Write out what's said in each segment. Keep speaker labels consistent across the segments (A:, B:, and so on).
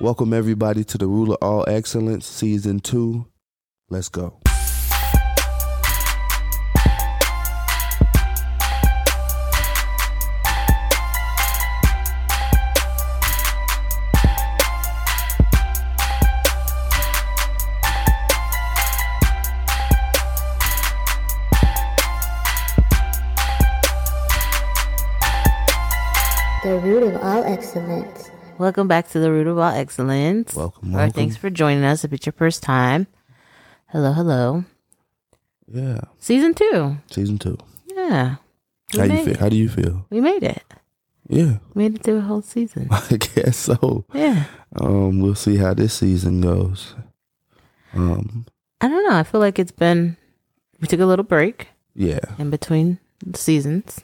A: Welcome, everybody, to the Rule of All Excellence Season 2. Let's go.
B: The root of all excellence.
C: Welcome back to the Root of All Excellence.
A: Welcome,
C: Or
A: welcome.
C: thanks for joining us if it's your first time. Hello, hello.
A: Yeah,
C: Season two.
A: Season 2.
C: Yeah. We
A: How you
C: made
A: feel?
C: it.
A: How do you feel?
C: We made it.
A: Yeah,
C: Made it through a whole season.
A: I guess so.
C: Yeah.
A: Um, we'll see how this season goes. Um,
C: I don't know. I feel like it's been, we took a little break
A: yeah,
C: in between seasons,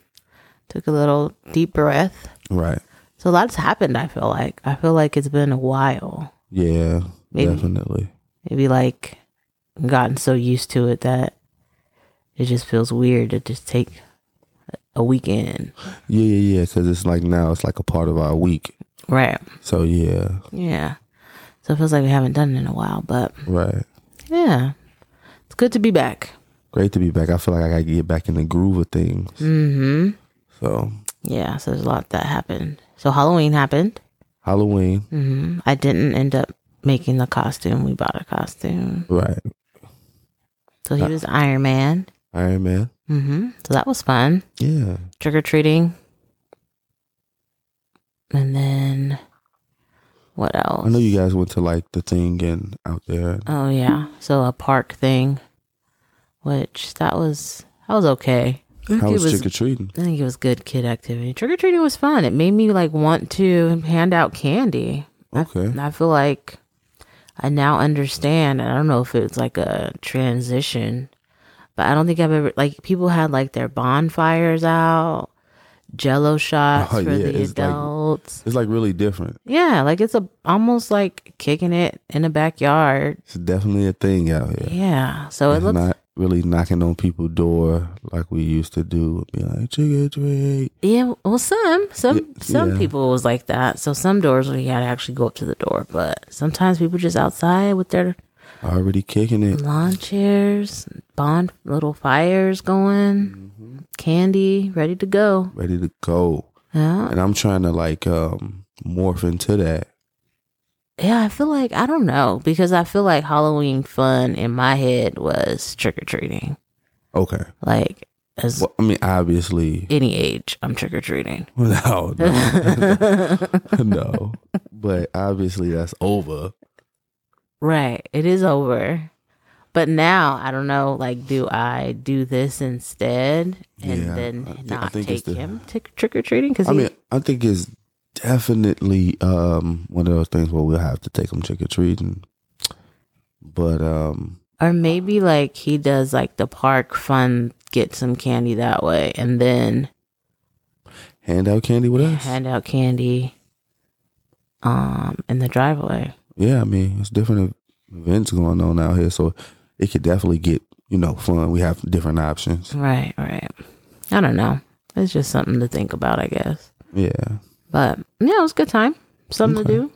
C: took a little deep breath.
A: right.
C: So a lot's happened, I feel like. I feel like it's been a while.
A: Yeah,
C: Maybe.
A: definitely.
C: Maybe like gotten so used to it that it just feels weird to just take a weekend.
A: Yeah, yeah, yeah. Because it's like now it's like a part of our week.
C: Right.
A: So yeah,
C: Yeah. So it feels like we haven't done it in a while, but
A: right.
C: yeah. It's good to be back.
A: Great to be back. I feel like I gotta get back in the groove of things.
C: Mm-hmm.
A: So
C: Yeah, so there's a lot that happened. So Halloween happened.
A: Halloween,
C: Mm-hmm. I didn't end up making the costume. We bought a costume.
A: right?
C: So he was Iron Man.
A: Iron Man.
C: Mm-hmm. So that was fun.
A: Yeah,
C: Trick or treating. And then what else?
A: I know you guys went to like the thing and out there.
C: Oh yeah. So a park thing. Which that was that was okay. I think
A: How
C: it
A: was trick or treating?
C: I think it was good kid activity. Trick or treating was fun. It made me like want to hand out candy.
A: Okay,
C: And I feel like I now understand. I don't know if it's like a transition, but I don't think I've ever like people had like their bonfires out, jello shots
A: Oh,
C: for
A: yeah,
C: the
A: it's like-
C: adults.
A: it's like really different.
C: yeah, like it's a almost like kicking it in the backyard.
A: It's definitely a thing out here.
C: Yeah. So it
A: It's
C: looks
A: not really knocking on people's door like we used to do. Be like trick or treat.
C: Yeah, well, some some
A: Y-
C: some
A: yeah.
C: people was like that. So some doors where you had to actually go up to the door, but sometimes people just outside with their
A: Already kicking it.
C: lawn chairs, bond little fires going,
A: Mm-hmm.
C: candy ready to go.
A: ready to go.
C: Yeah,
A: And I'm trying to like um morph into that.
C: yeah. I feel like I don't know because I feel like Halloween fun in my head was trick or treating.
A: Okay.
C: Like as
A: Well, I mean, obviously,
C: any age, I'm trick or treating.
A: no, no, no. But obviously, that's over.
C: Right. It is over. But now I don't know. Like, do I do this instead and
A: Yeah,
C: then
A: I thi- I
C: not
A: think it's
C: take
A: the-
C: him to trick or treating? Because
A: I mean, I think it's definitely um one of those things where we'll have to take them trick or treating. But um,
C: or maybe like he does like the park fun, get some candy that way, and then
A: hand out candy with us.
C: hand out candy, um, in the driveway.
A: yeah, I mean, it's different events going on out here, so it could definitely get you know fun. We have different options.
C: Right. Right. I don't know. It's just something to think about, I guess.
A: Yeah.
C: But yeah, it was a good time. Something to do.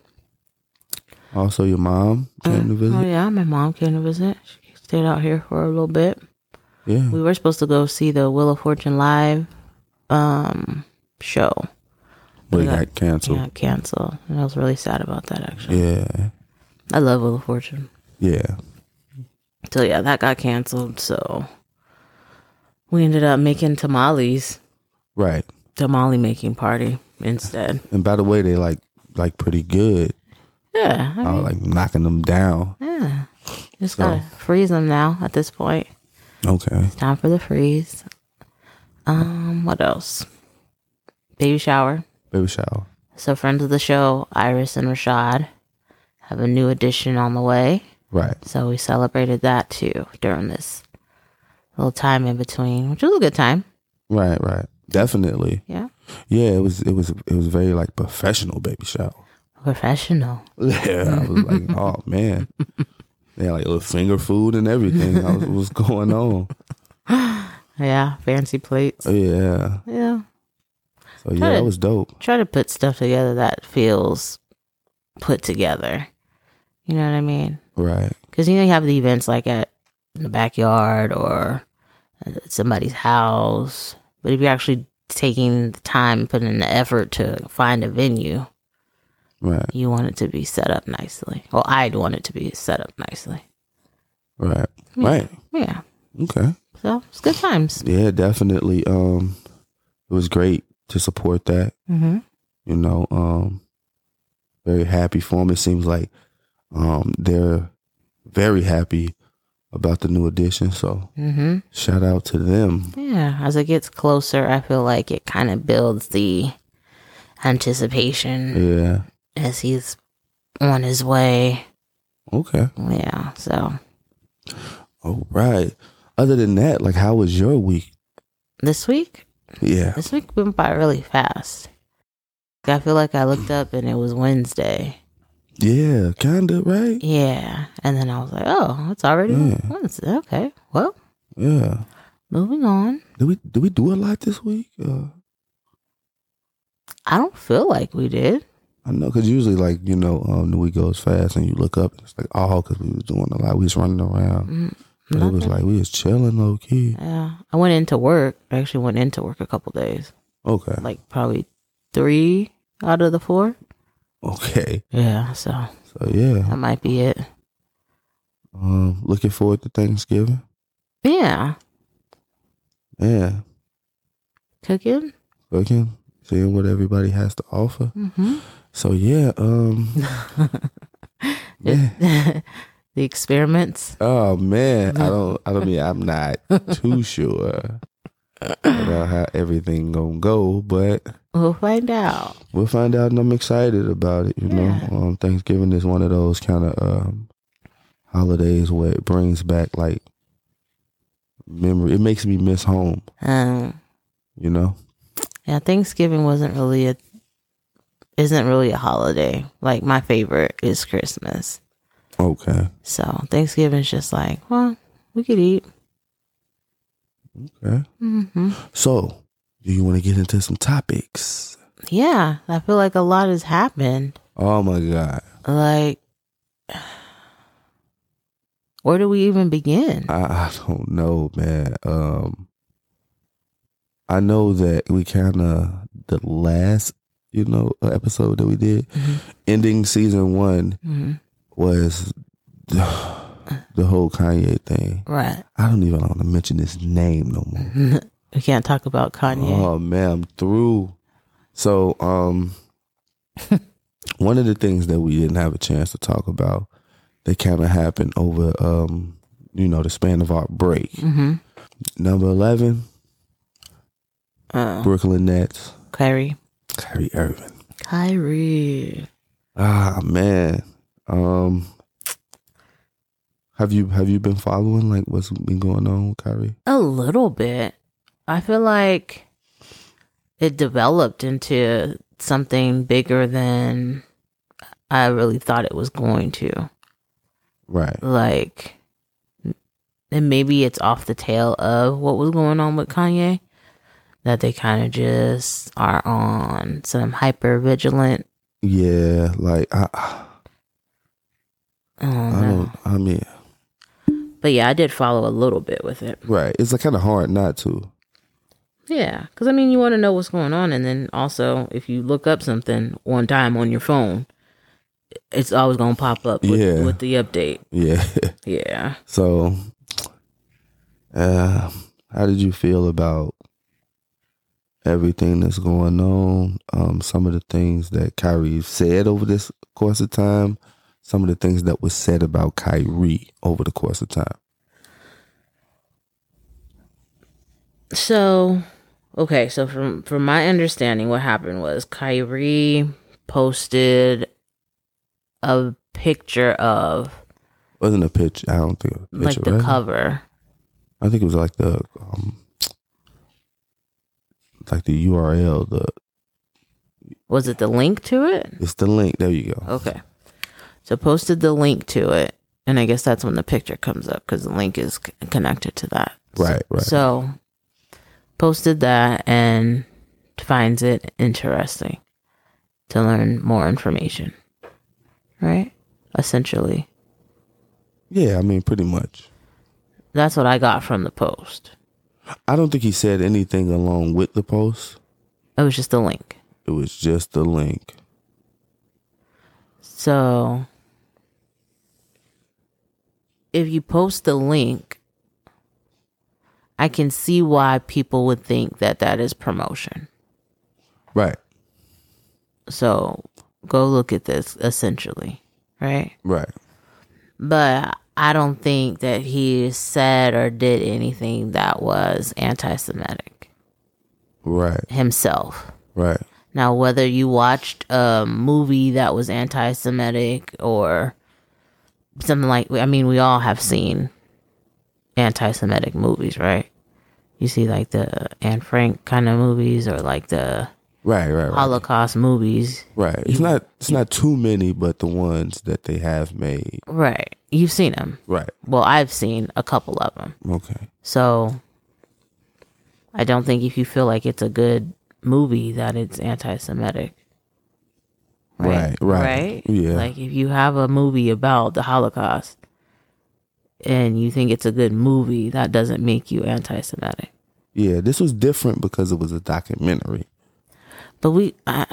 A: Also, your mom came to visit.
C: Oh yeah, my mom came to visit. She stayed out here for a little bit.
A: Yeah.
C: We were supposed to go see the Wheel of Fortune live um show.
A: But it
C: Yeah.
A: got canceled.
C: Yeah, canceled. And I was really sad about that actually.
A: Yeah.
C: I love Wheel of Fortune.
A: Yeah.
C: So yeah, that got canceled. So we ended up making tamales,
A: Right.
C: tamale making party instead.
A: And by the way, they like like pretty good.
C: Yeah, I
A: I was like knocking them down.
C: yeah. Just
A: Oh. So-
C: gotta freeze them now. At this point,
A: Okay.
C: time for the freeze. Um, what else? Baby shower.
A: Baby shower.
C: So, friends of the show, Iris and Rashad, have a new edition on the way.
A: Right.
C: So, we celebrated that too during this little time in between, which was a good time.
A: Right. Right. Definitely.
C: Yeah.
A: Yeah. It was. It was. It was very like professional baby shower.
C: Professional.
A: Yeah. I was like, oh man. They had like little finger food and everything. I was, what's going on?
C: Yeah. Fancy plates.
A: Yeah.
C: Yeah.
A: So yeah, that was dope.
C: Try to put stuff together that feels put together. You know what I mean?
A: Right.
C: Because you know you have the events like at in the backyard or at somebody's house, but if you're actually taking the time, putting in the effort to find a venue,
A: Right.
C: you want it to be set up nicely. Well, I'd want it to be set up nicely.
A: Right.
C: Yeah.
A: Right.
C: Yeah.
A: Okay.
C: So it's good times.
A: Yeah, definitely. Um, it was great to support that.
C: Mm-hmm.
A: You know, um, very happy for them. It seems like um they're very happy about the new addition. So
C: Mm-hmm.
A: shout out to them.
C: Yeah, as it gets closer, I feel like it kind of builds the anticipation
A: Yeah.
C: as he's on his way.
A: Okay.
C: Yeah, so
A: All right. Other than that, like, how was your week?
C: this week,
A: Yeah.
C: this week went by really fast. I feel like I looked up and it was Wednesday.
A: Yeah. Kinda. Right.
C: Yeah, and then I was like, oh, it's already
A: Yeah.
C: Wednesday. Okay, well,
A: Yeah.
C: moving on.
A: Did we did we do a lot this week? Uh,
C: I don't feel like we did.
A: I know, cause usually, like you know, um, the week goes fast, and you look up, and it's like, oh, cause we was doing a lot, we was running around.
C: Mm,
A: But it was
C: nothing.
A: like we was chilling low key.
C: yeah, I went into work. I actually went into work a couple days.
A: Okay,
C: like probably three out of the four.
A: okay.
C: Yeah, so
A: So yeah,
C: that might be it.
A: um, looking forward to Thanksgiving.
C: Yeah,
A: Yeah,
C: cooking.
A: looking, seeing what everybody has to offer.
C: hmm
A: So yeah, um, yeah.
C: the experiments.
A: Oh man, I don't. I don't mean I'm not too sure about how everything gonna go, but
C: We'll find out.
A: we'll find out and i'm excited about it you
C: Yeah.
A: know um, thanksgiving is one of those kind of um, holidays where it brings back like memory it makes me miss home
C: Um,
A: you know
C: yeah, Thanksgiving wasn't really a isn't really a holiday. Like my favorite is Christmas.
A: okay
C: So Thanksgiving's just like, well, we could eat.
A: okay
C: hmm
A: so do you want to get into some topics
C: Yeah, I feel like a lot has happened.
A: oh my god
C: Like, where do we even begin?
A: i, I don't know man um i know that we kind of the last you know episode that we did
C: Mhm.
A: ending season one
C: hmm
A: was the, the whole Kanye thing.
C: Right.
A: I don't even want to mention his name no more.
C: we can't talk about Kanye.
A: Oh man, I'm through. So, um, one of the things that we didn't have a chance to talk about that kind of happened over, um, you know, the span of our break.
C: hmm
A: Number eleven,
C: Uh,
A: Brooklyn Nets,
C: Kyrie.
A: Kyrie Irving.
C: Kyrie.
A: Ah man, um, have you have you been following like what's been going on with Kyrie?
C: A little bit. I feel like it developed into something bigger than I really thought it was going to.
A: Right.
C: Like, and maybe it's off the tail of what was going on with Kanye that they kind of just are on some hyper vigilant.
A: Yeah, like I, I
C: Uh-huh.
A: don't. I mean,
C: um, But yeah, I did follow a little bit with it.
A: right? It's like kind of hard not to.
C: Yeah, because I mean, you want to know what's going on, and then also if you look up something one time on your phone, it's always gonna pop up with,
A: Yeah.
C: with the update.
A: Yeah.
C: Yeah,
A: so, uh, how did you feel about everything that's going on? Um, some of the things that Kyrie said over this course of time. Some of the things that was said about Kyrie over the course of time.
C: So, okay, so from from my understanding, what happened was Kyrie posted a picture of
A: Wasn't a pitch. I don't think it was a
C: like
A: picture,
C: the
A: right?
C: cover.
A: I think it was like the um, like the URL. The
C: Was it the link to it?
A: it's the link. There you go.
C: Okay, so posted the link to it, and I guess that's when the picture comes up because the link is c- connected to that.
A: Right, right.
C: So posted that and finds it interesting to learn more information. right? Essentially.
A: Yeah, I mean, pretty much.
C: That's what I got from the post.
A: I don't think he said anything along with the post.
C: It was just a link.
A: It was just the link.
C: So if you post the link, I can see why people would think that that is promotion.
A: Right,
C: So go look at this essentially, right?
A: right.
C: But I don't think that he said or did anything that was anti Semitic
A: Right,
C: himself.
A: right.
C: Now, whether you watched a movie that was anti Semitic or something like, I mean, we all have seen anti Semitic movies, right? You see, like the Anne Frank kind of movies or like the
A: Right, right, right.
C: Holocaust movies.
A: right. It's not it's not too many, but the ones that they have made.
C: Right. You've seen them.
A: Right.
C: Well, I've seen a couple of them.
A: Okay.
C: So I don't think if you feel like it's a good movie that it's anti-Semitic.
A: Right, right.
C: Right?
A: Yeah.
C: Like if you have a movie about the Holocaust and you think it's a good movie, that doesn't make you anti-Semitic.
A: Yeah, this was different because it was a documentary.
C: But we, I,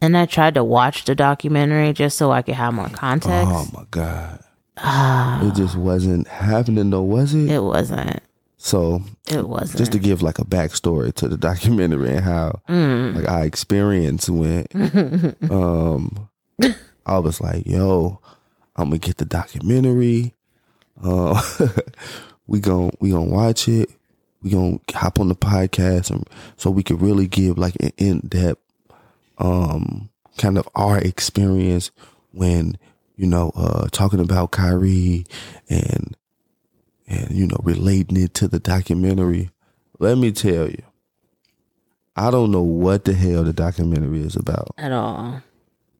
C: and I tried to watch the documentary just so I could have more context.
A: Oh my god. it just wasn't happening though, was it?
C: It wasn't.
A: so
C: It wasn't.
A: just to give like a backstory to the documentary and how like our experience went. um I was like, yo, I'm gonna get the documentary. Uh, we gon' we gonna watch it. We gonna hop on the podcast and so we could really give like an in depth um kind of our experience when you know uh talking about Kyrie and and you know relating it to the documentary let me tell you i don't know what the hell the documentary is about
C: at all.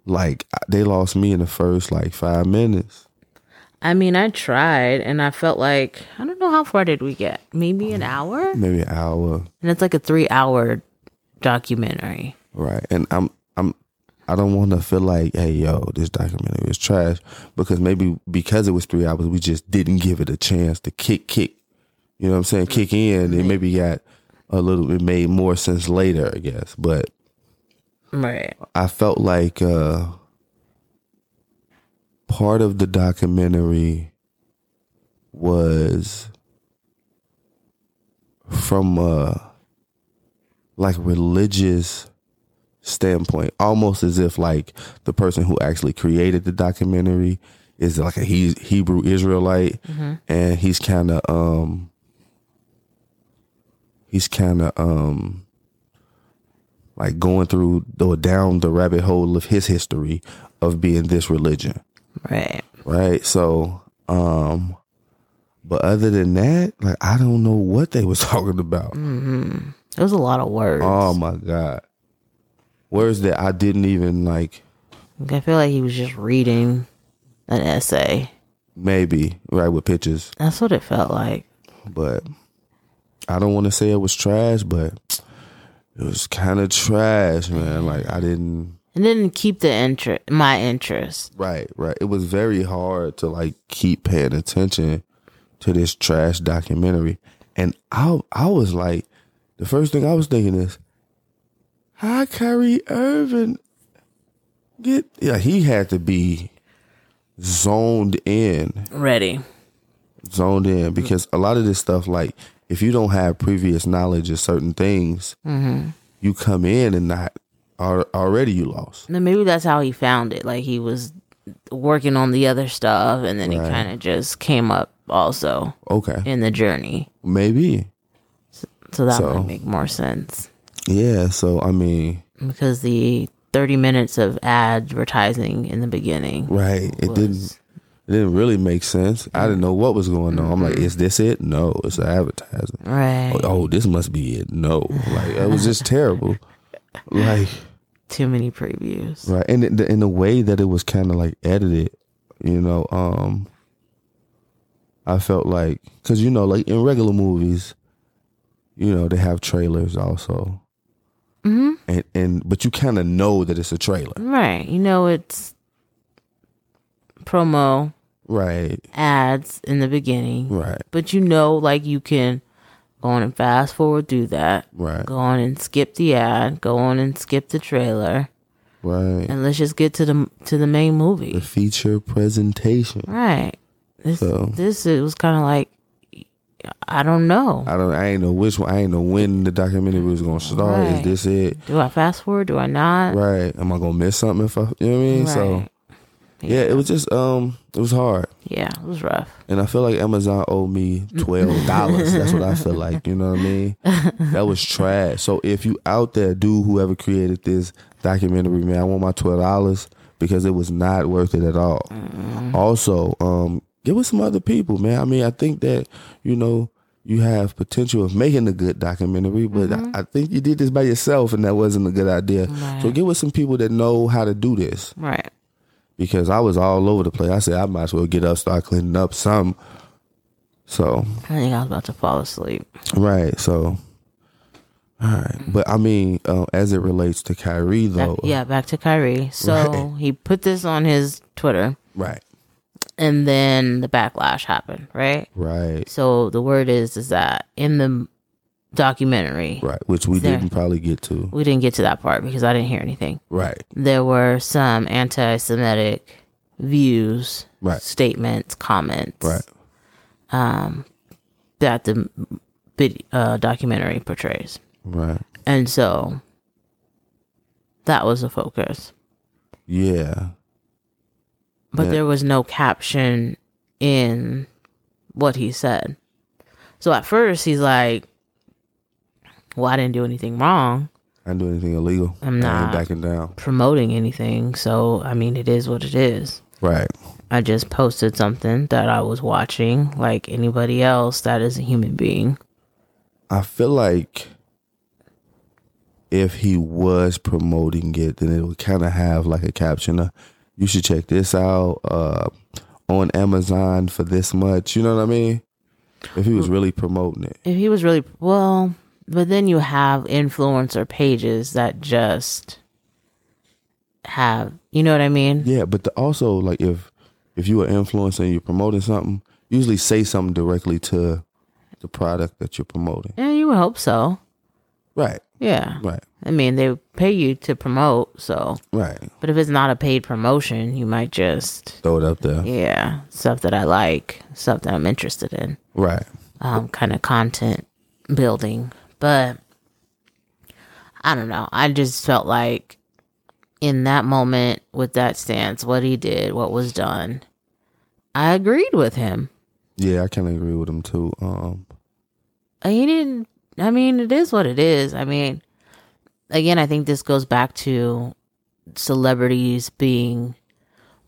A: like I- they lost me in the first like five minutes
C: I mean, I tried and I felt like, I don't know how far did we get? Maybe an hour?
A: maybe an hour
C: And it's like a three hour documentary.
A: right and i'm i'm i don't want to feel like hey yo this documentary is trash because maybe because it was three hours we just didn't give it a chance to kick kick you know what i'm saying kick in it maybe got a little it made more sense later i guess but
C: Right.
A: I felt like uh, part of the documentary was from a like religious standpoint, almost as if like the person who actually created the documentary is like a he- Hebrew Israelite, and he's kind of um he's kind of um like going through or down the rabbit hole of his history of being this religion,
C: Right.
A: right? So, um, but other than that, like I don't know what they was talking about.
C: It was a lot of words.
A: Oh my god, words that I didn't even like.
C: Like, I feel like he was just reading an essay.
A: Maybe right with pictures,
C: That's what it felt like.
A: but I don't want to say it was trash, but it was kind of trash, man. Like I didn't.
C: It didn't keep the interest, my interest.
A: Right, right. It was very hard to like keep paying attention to this trash documentary. And I I was like, the first thing I was thinking is, how Kyrie Irving get yeah, he had to be zoned in.
C: Ready.
A: Zoned in because a lot of this stuff, like if you don't have previous knowledge of certain things, you come in and not al- already you lost.
C: And then maybe that's how he found it. Like he was working on the other stuff and then he kind of just came up also
A: Okay.
C: in the journey.
A: Maybe.
C: So that
A: So-
C: might make more sense.
A: Yeah, so I mean
C: Because the 30 minutes of advertising in the beginning.
A: Right. It didn't it didn't really make sense. I didn't know what was going on. I'm like, is this it? No, it's an advertisement.
C: Right.
A: Oh, oh, this must be it. No. Like it was just terrible. Like
C: Too many previews.
A: right. And in the, in the way that it was kind of like edited, you know, um I felt like cuz you know like in regular movies, you know, they have trailers also. Mhm. And and but you kind of know that it's a trailer.
C: Right. You know, it's promo
A: Right.
C: ads in the beginning,
A: Right.
C: but you know, like you can go on and fast forward through that,
A: Right.
C: go on and skip the ad, go on and skip the trailer,
A: Right.
C: and let's just get to the to the main
A: The
C: movie.
A: feature presentation.
C: Right. This
A: So-
C: this it was kind of like I don't know.
A: I don't. I ain't know which one. I ain't know when the documentary was gonna start.
C: Right.
A: Is this it?
C: Do I fast forward? Do I not?
A: Right. Am I gonna miss something? If I, you know what I mean. So
C: Right.
A: yeah, it was just um, it was hard,
C: Yeah, it was rough.
A: and I feel like Amazon owed me twelve dollars. That's what I feel like. You know what I mean? That was trash. So if you out there, do whoever created this documentary, man, I want my twelve dollars because it was not worth it at all. Also, um, get with some other people, man. I mean, I think that you know you have potential of making a good documentary, but I, I think you did this by yourself, and that wasn't a good idea. So get with some people that know how to do this
C: Right.
A: because I was all over the place. I said I might as well get up, start cleaning up some. So
C: I think I was about to fall asleep.
A: right, so. All right, but I mean, uh, as it relates to Kyrie,
C: Back-
A: though,
C: Mm-hmm. yeah, back to Kyrie. So he put this on his Twitter,
A: right,
C: and then the backlash happened, right?
A: right,
C: So the word is is that in the documentary,
A: right, which we
C: There.
A: didn't probably get to,
C: we didn't get to that part because I didn't hear anything.
A: right,
C: There were some anti-Semitic views,
A: Right.
C: statements, comments, um,
A: right,
C: that the vid- uh, documentary portrays,
A: right,
C: and so that was the focus.
A: yeah,
C: but there was no caption in what he said. So at first he's like, "Well, I didn't do anything wrong
A: I didn't do anything illegal.
C: I'm
A: I
C: not.
A: ain't backing down.
C: promoting anything, so I mean it is what it is.
A: Right.
C: I just posted something that I was watching like anybody else that is a human being."
A: I feel like if he was promoting it, then it would kind of have like a caption. Uh, you should check this out uh, on Amazon for this much. You know what I mean? If he was really promoting it,
C: If he was really well, but then you have influencer pages that just have, you know what I mean?
A: yeah. But the, also, like if if you are influencer and you're promoting something, usually say something directly to the product that you're promoting.
C: Yeah, you would hope so.
A: Right.
C: Yeah.
A: Right.
C: I mean, they pay you to promote, so.
A: Right.
C: But if it's not a paid promotion, you might just,
A: Throw it up there.
C: yeah, stuff that I like, stuff that I'm interested in,
A: Right.
C: um, kind of content building. But I don't know. I just felt like in that moment with that stance, what he did, what was done, I agreed with him.
A: Yeah, I kind of agree with him too. Um,
C: he didn't i mean it is what it is i mean again i think this goes back to celebrities being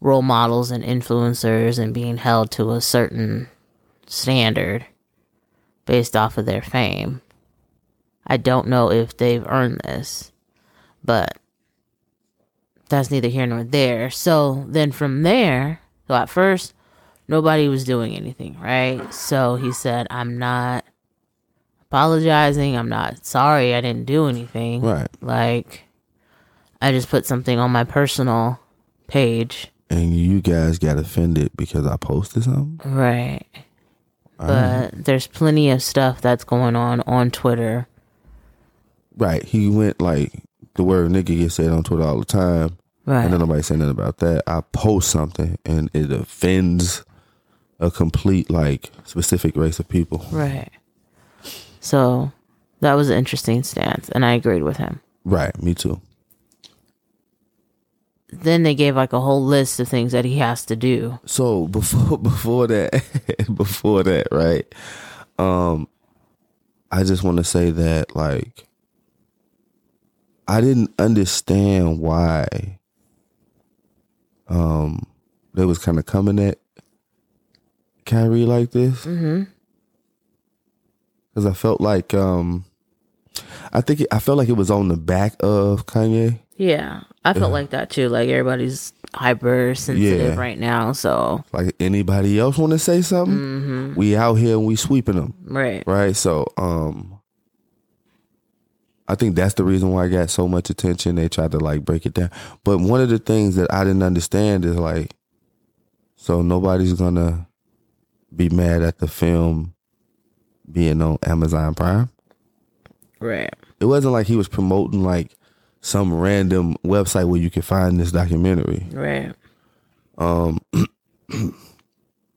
C: role models and influencers and being held to a certain standard based off of their fame i don't know if they've earned this but that's neither here nor there so then from there so at first nobody was doing anything right so he said i'm not apologizing. I'm not sorry I didn't do anything.
A: right.
C: Like, I just put something on my personal page.
A: And you guys got offended because I posted something.
C: Right.
A: Uh-huh.
C: But there's plenty of stuff that's going on on Twitter.
A: Right. He went like the word nigga gets said on Twitter all the time. And
C: Right.
A: then nobody said nothing about that. I post something and it offends a complete like specific race of people.
C: Right. So that was an interesting stance, and I agreed with him.
A: Right, me too.
C: Then they gave like a whole list of things that he has to do.
A: So before before that before that, right? Um I just want to say that like I didn't understand why um they was kind of coming at Kyrie like this. Mm-hmm. Cuz I felt like um I think it, I felt like it was on the back of Kanye.
C: Yeah. I felt like that too. Like everybody's hyper sensitive
A: Uh-huh. Yeah.
C: right now. So,
A: Like anybody else want to say something? We out here and we sweeping them.
C: right.
A: right so um i think that's the reason why i got so much attention they tried to like break it down but one of the things that i didn't understand is like So nobody's gonna be mad at the film being on Amazon Prime.
C: Right.
A: It wasn't like he was promoting like some random website where you could find this documentary.
C: Right.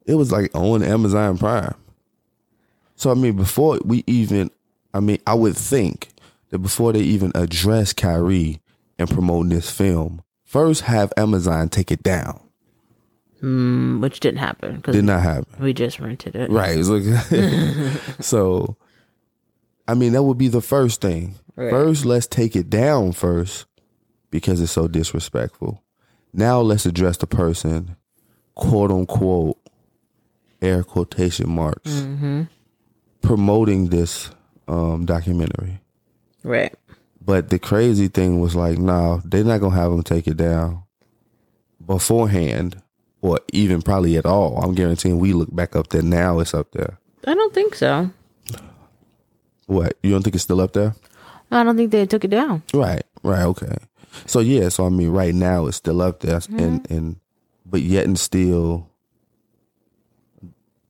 A: It was like on Amazon Prime. So I mean, before we even, I mean, I would think that before they even address Kyrie and promoting this film, first have Amazon take it down.
C: Mm, which didn't happen
A: Did
C: because
A: not happen.
C: we just rented it.
A: Right. It's like- so, I mean, that would be the first thing.
C: Right.
A: First, let's take it down first because it's so disrespectful. Now, let's address the person, quote unquote, air quotation marks, promoting this um, documentary.
C: Right.
A: But the crazy thing was like, nah, they're not gonna have them take it down beforehand, or even probably at all. I'm guaranteeing we look back up there now. It's up there.
C: I don't think so.
A: What you don't think it's still up there?
C: I don't think they took it down.
A: Right, right, okay. So yeah, so I mean, right now it's still up there, and and but yet and still,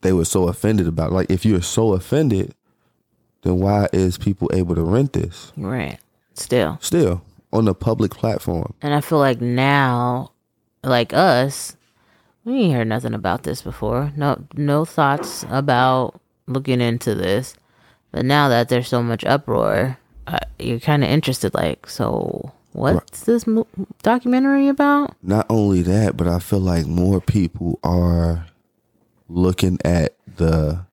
A: they were so offended about. Like, if you're so offended, then why is people able to rent this
C: Right. Still.
A: still on a public platform?
C: And I feel like now, like us, we ain't heard nothing about this before. No, no thoughts about looking into this. But now that there's so much uproar, uh, you're kind of interested. Like, so what's this mo- documentary about?
A: not only that, but I feel like more people are looking at the um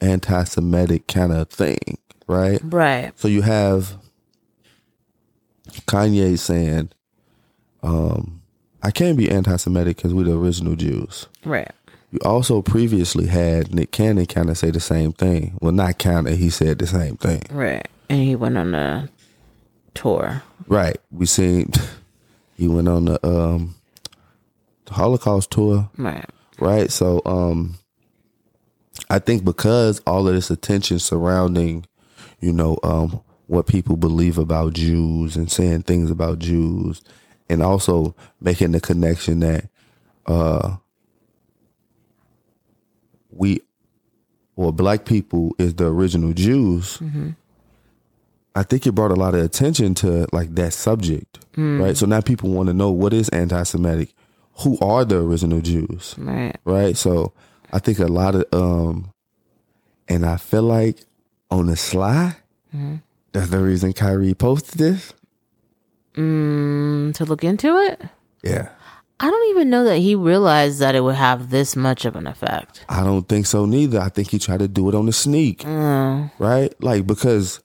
A: anti-Semitic kind of thing, right?
C: Right.
A: So you have Kanye saying, um, I can't be anti-Semitic because we're the original Jews.
C: Right.
A: You also previously had Nick Cannon kind of say the same thing. Well, not kind of, he said the same thing.
C: Right. And he went on a tour.
A: Right. We seen he went on the um the Holocaust tour,
C: Right.
A: right? So um I think because all of this attention surrounding, you know, um what people believe about Jews and saying things about Jews and also making the connection that uh we or black people is the original Jews. I think it brought a lot of attention to like that subject, right? So now people want to know what is anti-Semitic, who are the original Jews,
C: Right.
A: right? So I think a lot of um, and I feel like on the sly, that's the reason Kyrie posted this.
C: Mm, to look into it?
A: Yeah,
C: I don't even know that he realized that it would have this much of an effect.
A: I don't think so neither. I think he tried to do it on the sneak,
C: Mm-hmm. Oh,
A: right? Like because.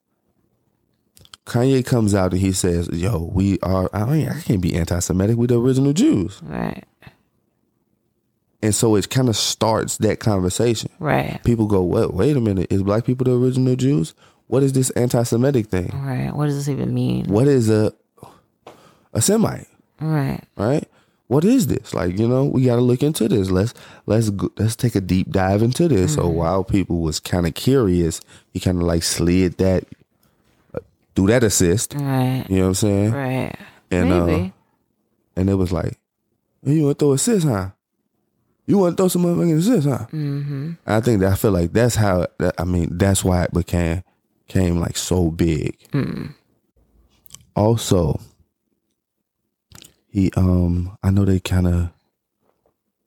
A: Kanye comes out and he says, "Yo, we are. I, mean, I can't be anti-Semitic. We the original Jews."
C: Right.
A: And so it kind of starts that conversation.
C: Right.
A: People go, "What? Wait a minute! Is black people the original Jews? What is this anti-Semitic thing?
C: Right. What does this even mean?
A: What is a a Semite?
C: Right.
A: Right? What is this? Like, you know, we got to look into this. Let's let's go- let's take a deep dive into this." So
C: Mm-hmm.
A: while people was kind of curious, he kind of like slid that uh, through that assist.
C: Right.
A: You know what I'm saying?
C: Right.
A: And, uh,
C: Maybe.
A: And it was like, "Hey, you want to throw assist, huh? You want to throw some motherfucking assist, huh? Mm-hmm. I think that I feel like that's how. That, I mean, that's why it became came like so big. Also, he um, I know they kind of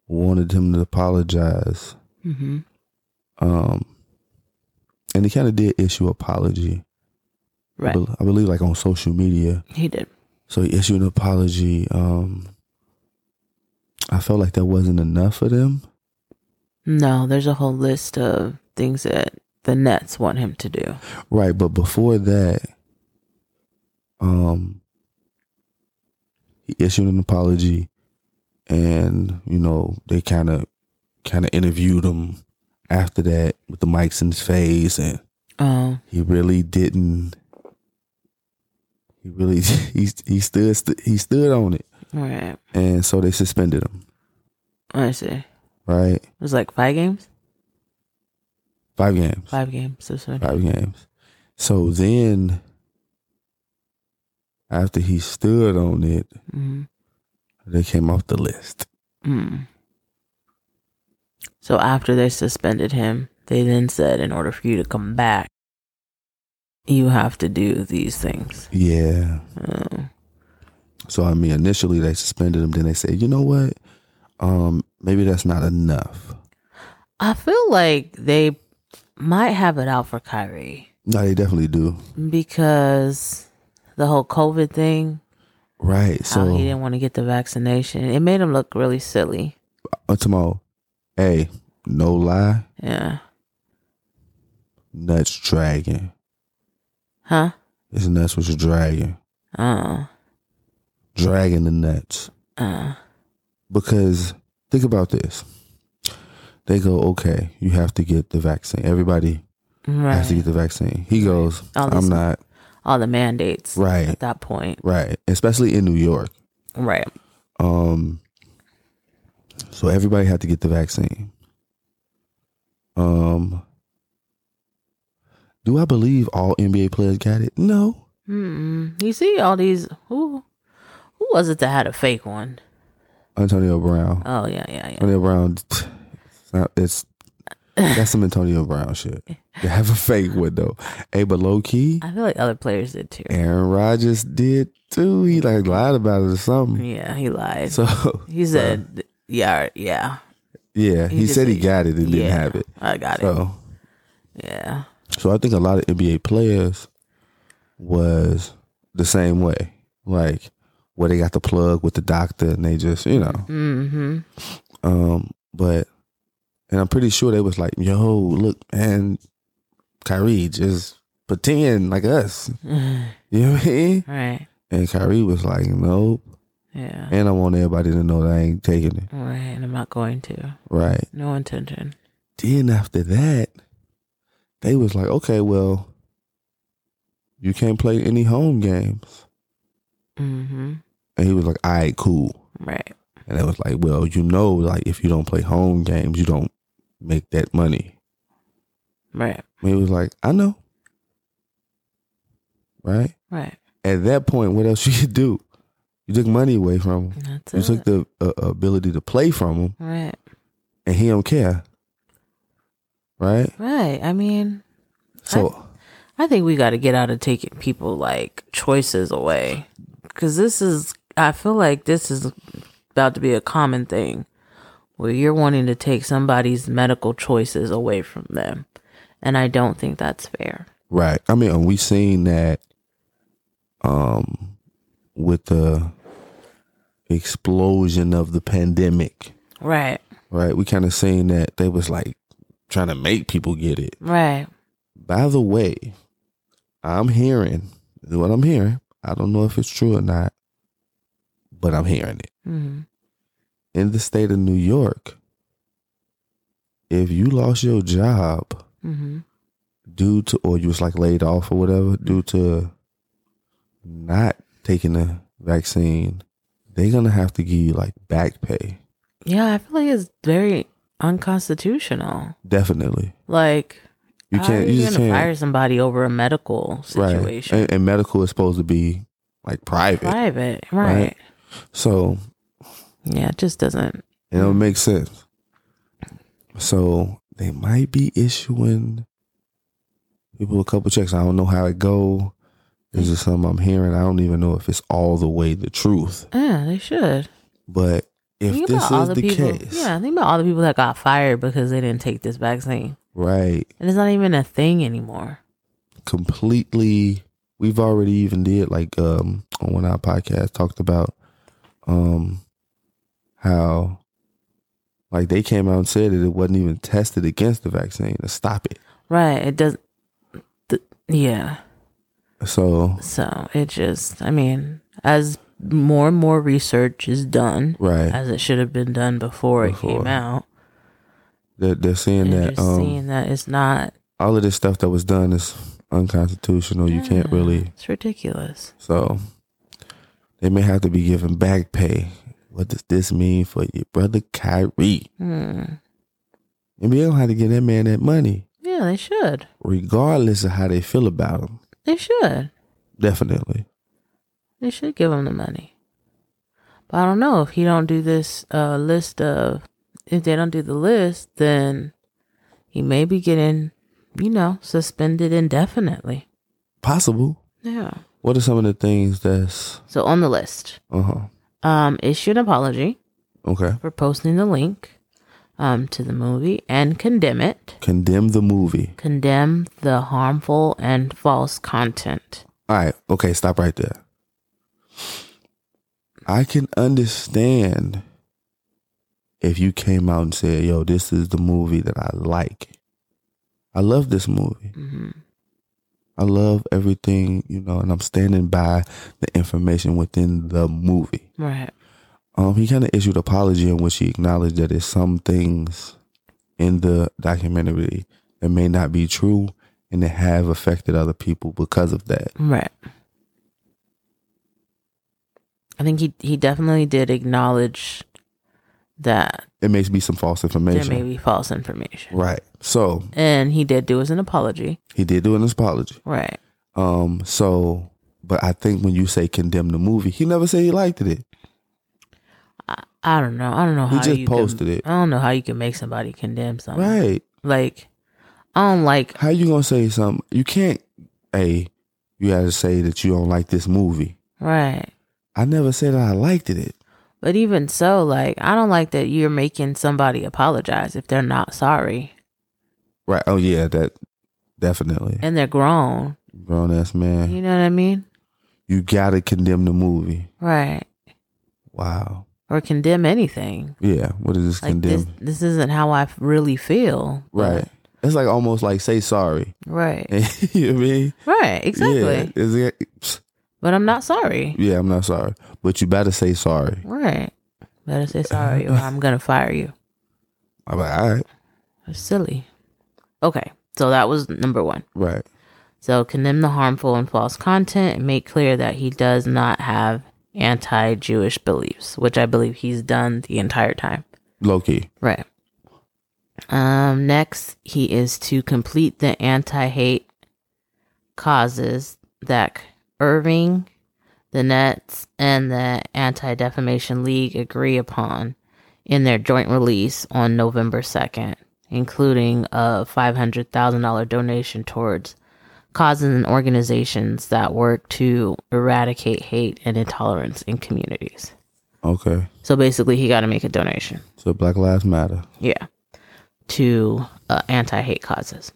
A: wanted him to apologize. Mm-hmm. Um, and he kind of did issue apology. I,
C: right.
A: bel I believe like on social media.
C: He did.
A: So he issued an apology. Um, I felt like that wasn't enough for them.
C: No, there's a whole list of things that the Nets want him to do.
A: Right, but before that, um, he issued an apology, and you know they kind of, kind of interviewed him after that with the mics in his face, and
C: Oh,
A: he really didn't. He really he he stood he stood on it,
C: right.
A: and so they suspended him.
C: I see. It
A: Right,
C: was like five games?
A: five games.
C: Five games. This one.
A: five games. So then, after he stood on it,
C: Mhm.
A: They came off the list.
C: Mm. So after they suspended him, they then said, in order for you to come back, you have to do these things.
A: Yeah.
C: Oh.
A: So I mean, initially they suspended him. Then they said, you know what? Um, maybe that's not enough.
C: I feel like they might have it out for Kyrie
A: No, they definitely do.
C: because the whole COVID thing,
A: Right.
C: how he
A: So
C: didn't want to get the vaccination, it made him look really silly.
A: uh, tomorrow, hey, no lie,
C: Yeah.
A: nuts dragging.
C: Huh?
A: His nuts was dragging,
C: Uh,
A: dragging the nuts.
C: uh,
A: Because think about this. They go, okay, you have to get the vaccine. Everybody has to
C: right.
A: get the vaccine. He goes,
C: All
A: I'm
C: these-
A: not.
C: All the mandates
A: Right,
C: at that point.
A: right. Especially in New York.
C: Right.
A: Um, so everybody had to get the vaccine. Um, do I believe all NBA players got it? No.
C: Mm-mm. Mm-hmm. You see all these who who was it that had a fake one?
A: Antonio Brown.
C: Oh yeah, yeah, yeah.
A: Antonio Brown. It's, not, it's that's some Antonio Brown shit. They have a fake one though. Hey, but low key,
C: I feel like other players did too.
A: Aaron Rodgers did too. He like lied about it or something.
C: Yeah, he lied.
A: So uh,
C: he said, "Yeah, yeah,
A: yeah, he,
C: He just
A: said he
C: said-
A: got it and didn't
C: yeah,
A: have it.
C: I got it."
A: So.
C: Yeah,
A: So I think a lot of NBA players was the same way. Like where they got the plug with the doctor and they just, you know.
C: mm-hmm.
A: Um, but and I'm pretty sure they was like, yo, look, man, Kyrie, just pretend like us. You know what I mean?
C: right.
A: And Kyrie was like, Nope.
C: Yeah,
A: And I want everybody to know that I ain't taking it.
C: right. And I'm not going to.
A: Right.
C: No intention.
A: Then after that, they was like, Okay, well, you can't play any home games.
C: Mm-hmm.
A: And he was like, all right, cool.
C: Right.
A: And I was like, well, you know, like if you don't play home games, you don't make that money.
C: Right.
A: And he was like, I know. Right?
C: Right.
A: At that point, what else you could do? You took money away from him.
C: That's
A: You
C: it.
A: took the uh, ability to play from him,
C: right.
A: and he don't care. Right?
C: Right. I mean,
A: So,
C: I think we got to get out of taking people like choices away because this is, I feel like this is about to be a common thing where you're wanting to take somebody's medical choices away from them. And I don't think that's fair.
A: right. I mean, and we seen that um, with the explosion of the pandemic.
C: Right.
A: right? We kind of seen that they was like trying to make people get it.
C: Right.
A: By the way, I'm hearing what I'm hearing. I don't know if it's true or not, but I'm hearing it.
C: Mm-hmm.
A: In the state of New York, if you lost your job
C: Mm-hmm.
A: due to, or you was like laid off or whatever, due to not taking the vaccine, they're gonna have to give you like back pay.
C: Yeah. I feel like it's very unconstitutional.
A: Definitely,
C: Like,
A: you
C: how
A: can't.
C: are
A: You,
C: you
A: just
C: going to
A: can't.
C: fire somebody over a medical situation?
A: Right. And, and medical is supposed to be like private.
C: Private. Right.
A: Right. So
C: Yeah. It just doesn't.
A: it don't make sense. So they might be issuing people a couple checks. I don't know how it go. This is something I'm hearing. I don't even know if it's all the way the truth.
C: Yeah. They should.
A: But if
C: Think
A: this
C: about all
A: is the,
C: people,
A: case,
C: yeah, think about all the people that got fired because they didn't take this vaccine,
A: right?
C: and it's not even a thing anymore.
A: completely we've already even did like um on one of our podcasts talked about um how like they came out and said that it wasn't even tested against the vaccine to stop it.
C: Right? It does. Th- yeah.
A: So
C: So it just, I mean, as more and more research is done,
A: right.
C: as it should have been done before, it
A: Before.
C: came out,
A: They're, they're saying
C: and
A: that
C: just
A: um
C: seeing that it's not,
A: all of this stuff that was done is unconstitutional. You can't really
C: it's ridiculous.
A: so they may have to be given back pay. What does this mean for your brother Kyrie?
C: Hmm.
A: And we don't have to give that man that money.
C: Yeah, they should.
A: regardless of how they feel about him.
C: They should.
A: Definitely.
C: They should give them the money. But I don't know if he don't do this uh, list of if they don't do the list, then he may be getting, you know, suspended indefinitely.
A: Possible.
C: Yeah.
A: What are some of the things that's
C: So on the list,
A: uh huh?
C: um, issue an apology
A: Okay.
C: for posting the link um, to the movie and condemn it.
A: Condemn the movie.
C: Condemn the harmful and false content.
A: All right. Okay. Stop right there. I can understand if you came out and said, "Yo, this is the movie that I like. I love this movie.
C: hmm
A: I love everything, you know, and I'm standing by the information within the movie."
C: Right.
A: Um, he kind of issued an apology in which he acknowledged that there's some things in the documentary that may not be true and that have affected other people because of that.
C: Right. I think he he definitely did acknowledge that
A: It may be some false
C: there
A: information.
C: may be false information.
A: Right. So
C: And he did do as an apology.
A: he did do an apology.
C: Right.
A: Um, so but I think when you say condemn the movie, he never said he liked it.
C: I, I don't know. I don't know
A: He
C: how
A: just
C: you can-
A: posted it.
C: I don't know how you can make somebody condemn something.
A: Right.
C: Like I don't like
A: How you gonna say something? You can't hey, you gotta say that you don't like this movie.
C: right.
A: I never said I liked it.
C: But even so, like I don't like that you're making somebody apologize if they're not sorry
A: Right. Oh yeah, that definitely.
C: and they're grown.
A: Grown ass man.
C: You know what I mean?
A: You gotta condemn the movie.
C: Right.
A: Wow.
C: Or condemn anything.
A: Yeah. What is this
C: Like
A: condemn?
C: this this isn't how I really feel.
A: right. It's like almost like say sorry.
C: Right.
A: you know what I mean?
C: Right, exactly.
A: Yeah. Is it-
C: But I'm not sorry.
A: yeah, I'm not sorry. But you better say sorry.
C: Right. Better say sorry or I'm gonna fire you.
A: I'm like, all right.
C: That's silly. Okay. So that was number one.
A: Right.
C: So condemn the harmful and false content and make clear that he does not have anti Jewish beliefs, which I believe he's done the entire time.
A: Low key.
C: Right. Um, next, he is to complete the anti hate causes that Irving, the Nets, and the Anti Defamation League agree upon in their joint release on November 2nd, including a $500,000 donation towards causes and organizations that work to eradicate hate and intolerance in communities.
A: Okay.
C: So basically, he got to make a donation
A: So Black Lives Matter.
C: yeah to uh, anti-hate causes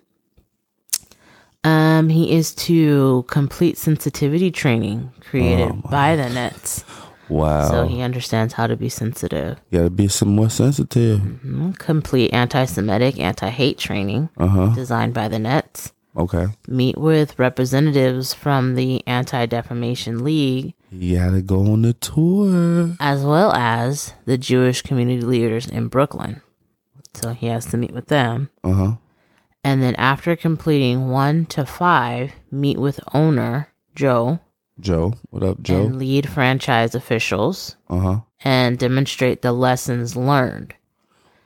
C: um he is to complete sensitivity training created by the nets
A: Wow.
C: so he understands how to be sensitive
A: you gotta be some more sensitive.
C: Mhm. complete anti-semitic anti-hate training
A: Uh huh.
C: designed by the nets
A: Okay.
C: meet with representatives from the anti-defamation league
A: You gotta go on the tour.
C: as well as the jewish community leaders in brooklyn so he has to meet with them
A: Uh huh.
C: and then after completing one to five, meet with owner Joe,
A: Joe. What up, Joe?
C: and lead franchise officials
A: Uh huh.
C: and demonstrate the lessons learned.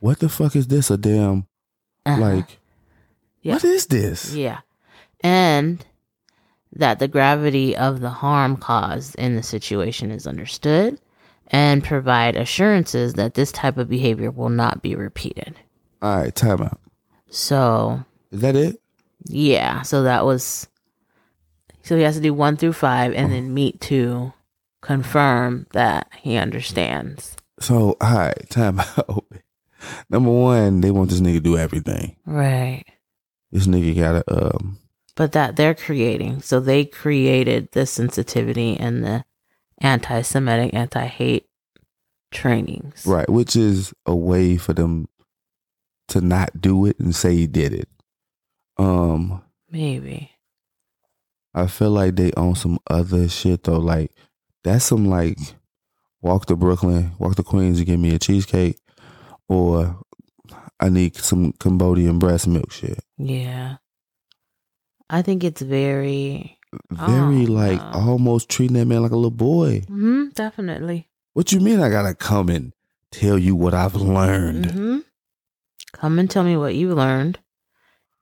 A: What the fuck is this? A damn
C: Uh-huh.
A: like
C: Yeah.
A: what is this?
C: yeah, and that the gravity of the harm caused in the situation is understood, and provide assurances that this type of behavior will not be repeated.
A: All right, time out.
C: So
A: Is that it?
C: Yeah, so that was so he has to do one through five and then meet to confirm that he understands.
A: So, all right, time out. Number one, they want this nigga to do everything.
C: Right.
A: This nigga gotta um
C: But that they're creating. So they created the sensitivity and the anti Semitic, anti hate trainings.
A: right, which is a way for them to not do it and say he did it. Um,
C: Maybe.
A: I feel like they own some other shit though. Like that's some like walk to Brooklyn, walk to Queens and give me a cheesecake, or I need some Cambodian breast milk shit.
C: Yeah. I think it's very
A: Very
C: Oh,
A: like
C: no.
A: almost treating that man like a little boy.
C: Mhm, definitely.
A: What you mean I gotta come and tell you what I've learned?
C: hmm Come and tell me what you learned,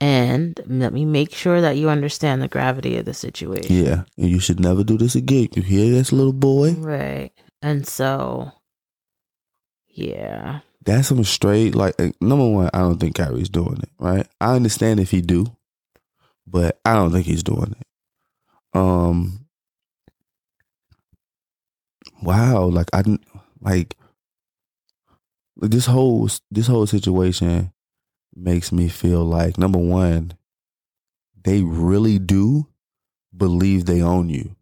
C: and let me make sure that you understand the gravity of the situation.
A: Yeah, and you should never do this again. You hear this, little boy?
C: Right. And so Yeah.
A: That's some straight like uh, number one. I don't think Kyrie's doing it right. I understand if he do, but I don't think he's doing it. Um. Wow, like I didn't like like, this whole this whole situation makes me feel like number one, they really do believe they own you.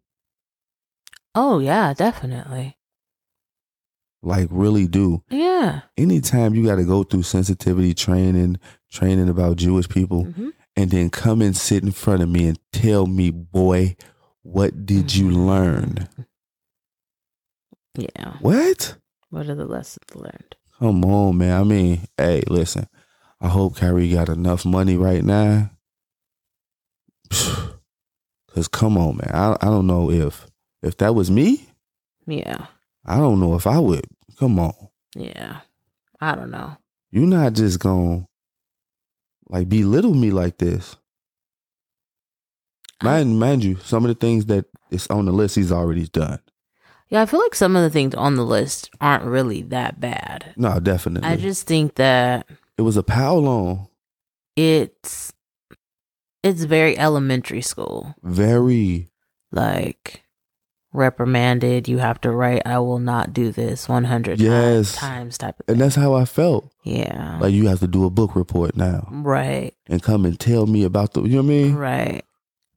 C: Oh yeah, definitely.
A: Like really do.
C: Yeah.
A: Anytime you got to go through sensitivity training, training about Jewish people,
C: Mhm.
A: and then come and sit in front of me and tell me, boy, what did you
C: Mm-hmm.
A: learn?
C: Yeah.
A: What?
C: What are the lessons learned?
A: Come on, man. I mean, hey, listen. I hope Kyrie got enough money right now. Cause come on, man. I I don't know if if that was me,
C: Yeah.
A: I don't know if I would. Come on.
C: Yeah. I don't know.
A: You're not just gonna like belittle me like this. Mind mind you, some of the things that is on the list he's already done.
C: Yeah, I feel like some of the things on the list aren't really that bad.
A: No, definitely.
C: I just think that
A: it was a pow long.
C: it's it's very elementary school.
A: Very
C: like reprimanded. You have to write, I will not do this 100
A: Yes.
C: times, times type of
A: and
C: thing.
A: that's how I felt.
C: yeah.
A: Like you have to do a book report now.
C: Mm-hmm. right.
A: and come and tell me about the you know what I mean?
C: Right.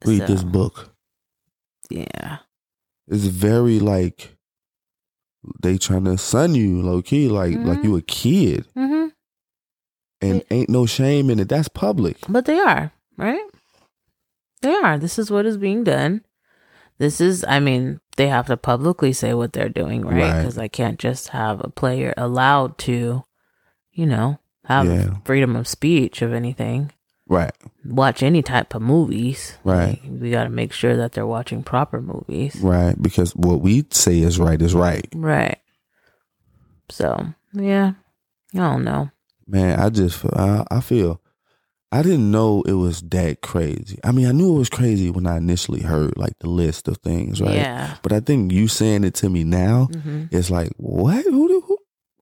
A: Read
C: So,
A: this book.
C: Yeah.
A: It's very like they trying to sun you low key, like like
C: Mhm.
A: you a kid
C: hmm
A: and
C: It-
A: ain't no shame in it. That's public.
C: But they are, right? They are. This is what is being done. This is, I mean, they have to publicly say what they're doing, right?
A: Right.
C: Because I can't just have a player allowed to, you know, have
A: Yeah.
C: freedom of speech of anything.
A: Right.
C: watch any type of movies.
A: Right.
C: Like, we got to make sure that they're watching proper movies.
A: Right. Because what we say is right is right.
C: Right. So, yeah. I don't know.
A: Man, I just I, I feel I didn't know it was that crazy. I mean, I knew it was crazy when I initially heard like the list of things, right?
C: Yeah.
A: But I think you saying it to me now,
C: hmm
A: it's like, what? Who do who,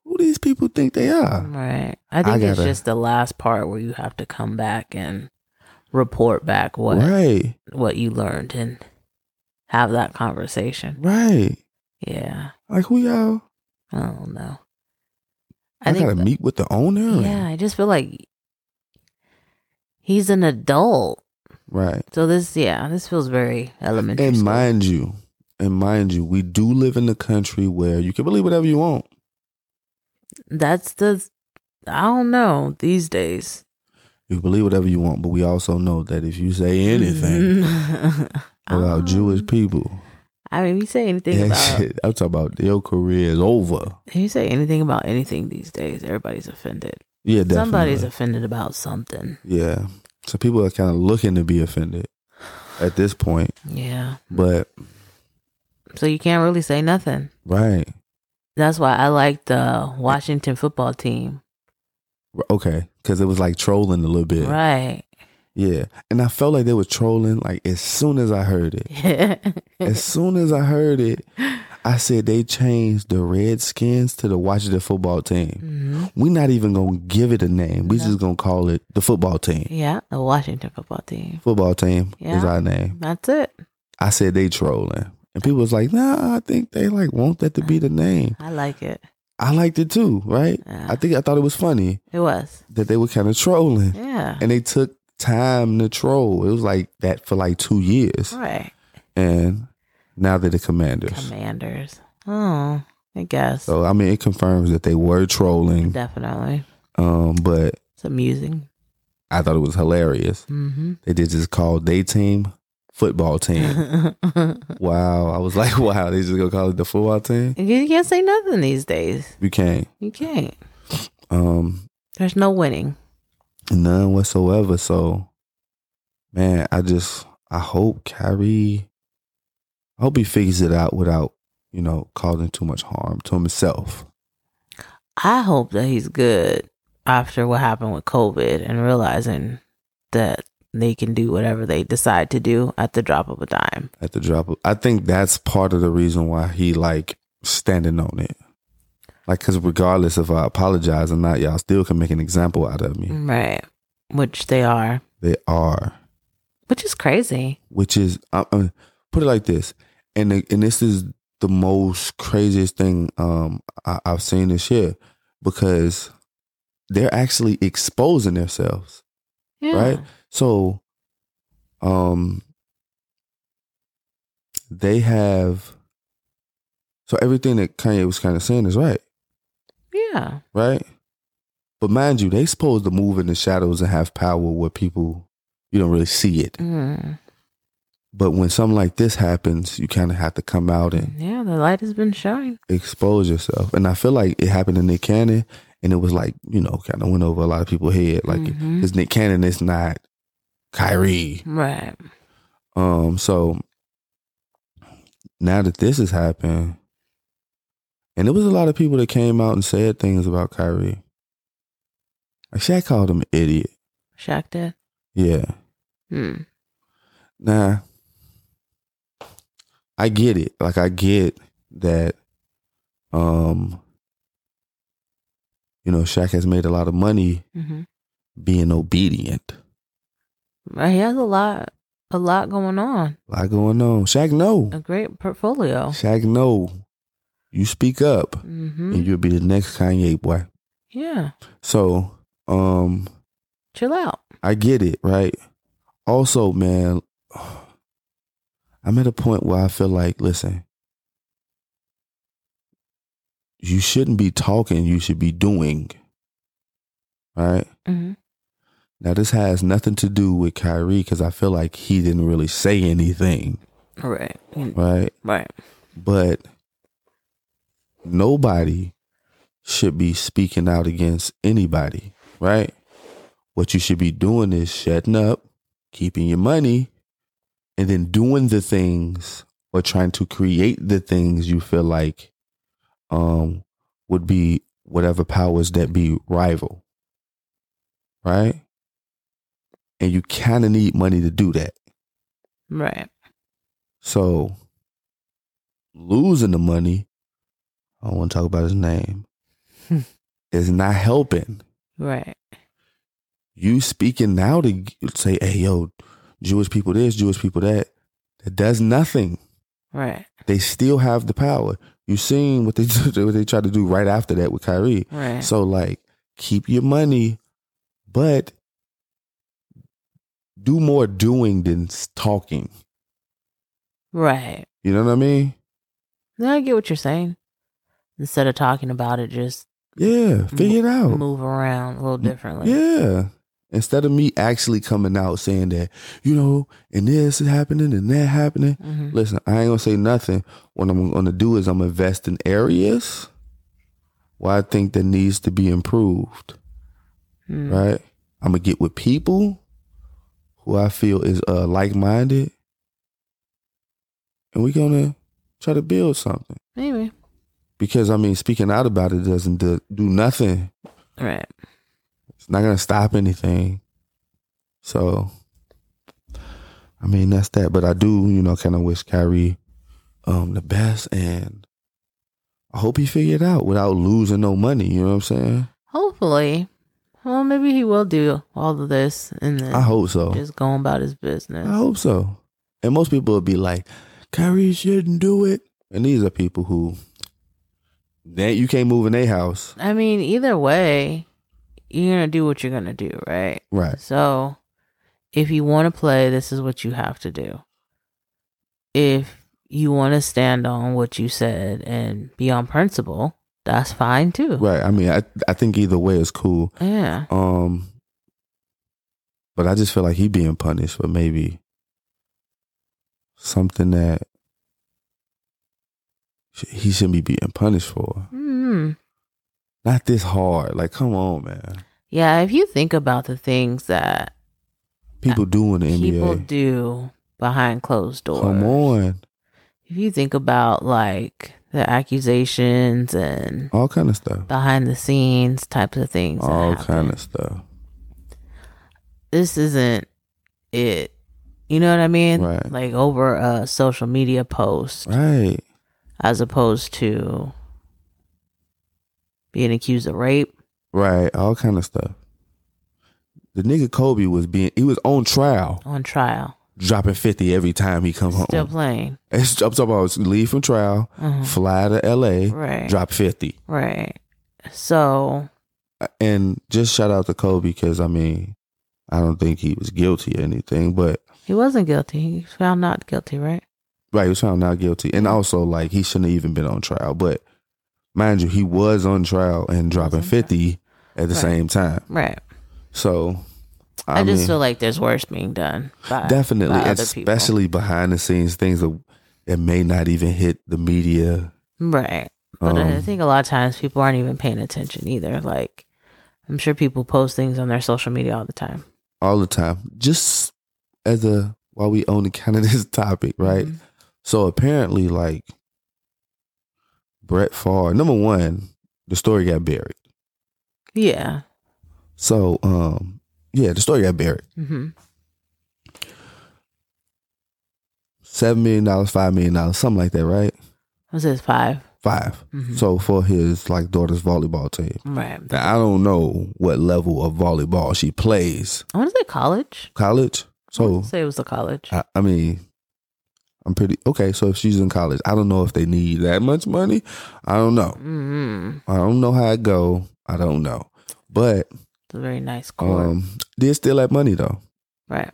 A: who these people think they are?
C: Right. I think it's
A: Uh, gotta-
C: just the last part where you have to come back and report back what
A: Right,
C: what you learned and have that conversation.
A: right.
C: Yeah.
A: Like we all,
C: I don't know.
A: I, gotta
C: th-
A: meet with the owner.
C: Yeah, I just feel like he's an adult.
A: right.
C: So this, yeah, this feels very elementary.
A: And
C: school.
A: mind you, and mind you, we do live in a country where you can believe whatever you want.
C: that's the I don't know these days.
A: You can believe whatever you want, but we also know that if you say anything about
C: Um,
A: Jewish people,
C: I mean, if you say anything
A: that
C: about
A: shit, I'm talking about your career is over.
C: if you say anything about anything these days, everybody's offended.
A: Yeah, definitely.
C: Somebody's offended about something.
A: yeah. So people are kind of looking to be offended at this point,
C: Yeah.
A: but
C: So you can't really say nothing.
A: right,
C: That's why I like the Washington football team.
A: okay, because it was like trolling a little bit,
C: Right.
A: Yeah. And I felt like they were trolling like as soon as I heard it. As soon as I heard it, I said they changed the Redskins to the Washington football team.
C: Mhm.
A: We're not even gonna give it a name. We
C: No.
A: just gonna call it the football team.
C: Yeah, the Washington football team.
A: Football team is
C: Yeah.
A: our name.
C: That's it.
A: I said they trolling. And people was like, nah, I think they like want that to be the name.
C: I like it.
A: I liked it too, right?
C: Yeah.
A: I think I thought it was funny
C: It was.
A: that they were kind of trolling.
C: Yeah.
A: And they took time to troll. It was like that for like two years.
C: Right.
A: and now they're the commanders.
C: Commanders. Oh, I guess.
A: So I mean, it confirms that they were trolling,
C: Definitely.
A: um, but
C: It's amusing.
A: I thought it was hilarious.
C: Mm-hmm.
A: They did just call day team football team. wow, I was like, wow, they just gonna call it the football team?
C: you can't say nothing these days.
A: You can't.
C: You can't.
A: Um,
C: There's no winning.
A: none whatsoever. So, man, I just I hope Kyrie, I hope he figures it out without you know causing too much harm to himself.
C: I hope that he's good after what happened with COVID and realizing that they can do whatever they decide to do at the drop of a dime.
A: at the drop of I think that's part of the reason why he like standing on it. Like, because regardless if I apologize or not, y'all still can make an example out of me.
C: Right. Which they are,
A: They are,
C: which is crazy.
A: which is, I, I, put it like this, and the, and this is the most craziest thing um I, I've seen this year because they're actually exposing themselves.
C: Yeah.
A: right? So, um, they have. So everything that Kanye was kind of saying is right,
C: Yeah.
A: right? But mind you, they supposed to move in the shadows and have power where people you don't really see it.
C: Mm.
A: But when something like this happens, you kind of have to come out and
C: Yeah. The light has been showing.
A: expose yourself. And I feel like it happened to Nick Cannon, and it was like you know kind of went over a lot of people's head. Like,
C: Mhm.
A: because Nick Cannon is not Kyrie,
C: Right.
A: Um, so now that this has happened, and it was a lot of people that came out and said things about Kyrie. Actually, I called him an idiot.
C: Shocked it.
A: Yeah. Hmm.
C: Mm.
A: Nah. I get it. Like I get that um you know, Shaq has made a lot of money
C: hmm
A: being obedient.
C: Right. He has a lot, a lot going on.
A: A lot going on. Shaq no.
C: A great portfolio.
A: Shaq no. You speak up
C: hmm
A: and you'll be the next Kanye boy.
C: Yeah.
A: So, um,
C: Chill out.
A: I get it, right? Also, man, I'm at a point where I feel like, listen, you shouldn't be talking, you should be doing. Right?
C: hmm
A: Now, this has nothing to do with Kyrie because I feel like he didn't really say anything,
C: Right. Mm.
A: right?
C: Right.
A: But nobody should be speaking out against anybody, right? What you should be doing is shutting up, keeping your money, and then doing the things or trying to create the things you feel like um would be whatever powers that be rival. Right? And you kind of need money to do that.
C: Right.
A: So losing the money, I don't want to talk about his name,
C: Hmm.
A: is not helping.
C: Right.
A: You speaking now to g- say, hey, yo, Jewish people this, Jewish people that, that does nothing.
C: Right.
A: They still have the power. You seen what they do, what they tried to do right after that with Kyrie.
C: Right.
A: So like, keep your money, but do more doing than s- talking.
C: right.
A: You know what I mean?
C: Now I get what you're saying. Instead of talking about it, just
A: Yeah, figure it out. Mm,
C: move around a little differently.
A: Yeah. Instead of me actually coming out saying that, you know, and this is happening and that happening.
C: hmm
A: Listen, I ain't gonna say nothing. What I'm gonna do is I'm invest in areas where I think that needs to be improved.
C: Mm.
A: Right? I'm gonna get with people who I feel is uh like minded and we're gonna try to build something.
C: Anyway.
A: Because I mean speaking out about it doesn't do, do nothing.
C: Right.
A: It's not gonna stop anything. So, I mean that's that. But I do, you know, kind of wish Kyrie um, the best, and I hope he figured out without losing no money. You know what I'm saying?
C: Hopefully. Well, maybe he will do all of this and then
A: I hope so.
C: just go about his business.
A: I hope so. And most people would be like, Kyrie shouldn't do it. And these are people who that you can't move in their house,
C: I mean, either way, you're going to do what you're going to do, right?
A: right?
C: So, if you want to play, this is what you have to do. If you want to stand on what you said and be on principle, that's fine too.
A: Right. I mean, I I think either way is cool.
C: Yeah.
A: Um, but I just feel like he being punished for maybe something that sh- he shouldn't be being punished for.
C: hmm
A: Not this hard. Like, come on, man.
C: Yeah. If you think about the things that
A: People do in the
C: people
A: NBA.
C: do behind closed doors,
A: Come on,
C: if you think about like the accusations and
A: all kind of stuff.
C: behind the scenes types of things, that
A: All
C: happen,
A: kind of stuff.
C: this isn't it. You know what I mean?
A: Right.
C: Like over a social media post.
A: Right.
C: as opposed to being accused of rape.
A: Right, all kind of stuff. The nigga Kobe was being he was on trial,
C: on trial.
A: dropping fifty every time he come
C: Still
A: home.
C: playing.
A: It's, I'm talking about leave from trial,
C: Mhm.
A: Mm-hmm. fly to L.A.,
C: Right.
A: drop fifty,
C: Right. So,
A: and just shout out to Kobe because I mean, I don't think he was guilty or anything, but
C: he wasn't guilty. He was found not guilty, right?
A: right, he was found not guilty, and also like he shouldn't have even been on trial. But mind you, he was on trial and dropping
C: on trial.
A: fifty at the
C: Right.
A: same time.
C: Right.
A: So
C: I, just
A: mean-
C: feel like there's worse being done. By,
A: definitely
C: by other people.
A: especially behind the scenes things that it may not even hit the media
C: Right. But I
A: Um,
C: think a lot of times people aren't even paying attention either. Like, I'm sure people post things on their social media all the time.
A: all the time just as a while we own the kind of this topic right
C: Mhm.
A: so apparently like brett Favre, number one the story got buried
C: Yeah.
A: so um yeah the story got buried
C: hmm
A: seven million dollars five million dollars something like that right
C: Was this 5
A: 5
C: Mhm.
A: so for his like daughter's volleyball team
C: Right.
A: now i don't know what level of volleyball she plays
C: I want to say college.
A: college
C: I wanna
A: so
C: say it was the college.
A: I, I mean, I'm pretty okay. So if she's in college, I don't know if they need that much money. I don't know.
C: mm
A: I don't know how it go. I don't know. But
C: It's a very nice course.
A: um, they still have money though,
C: right.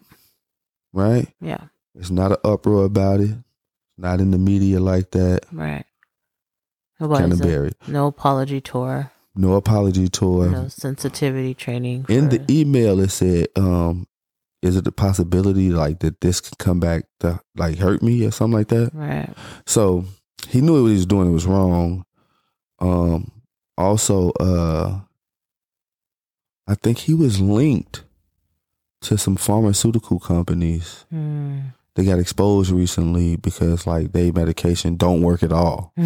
A: right?
C: Yeah.
A: It's not an uproar about it. Not in the media like that.
C: Right.
A: Kind
C: Nobody's
A: of
C: a-
A: buried.
C: no apology tour.
A: No apology tour.
C: No sensitivity training.
A: In
C: for-
A: the email, it said, um, "Is it the possibility like that this could come back to like hurt me or something like that?"
C: right.
A: So he knew what he was doing. It was wrong. Um, also, uh, I think he was linked to some pharmaceutical companies.
C: Mm.
A: They got exposed recently because like they medication don't work at all.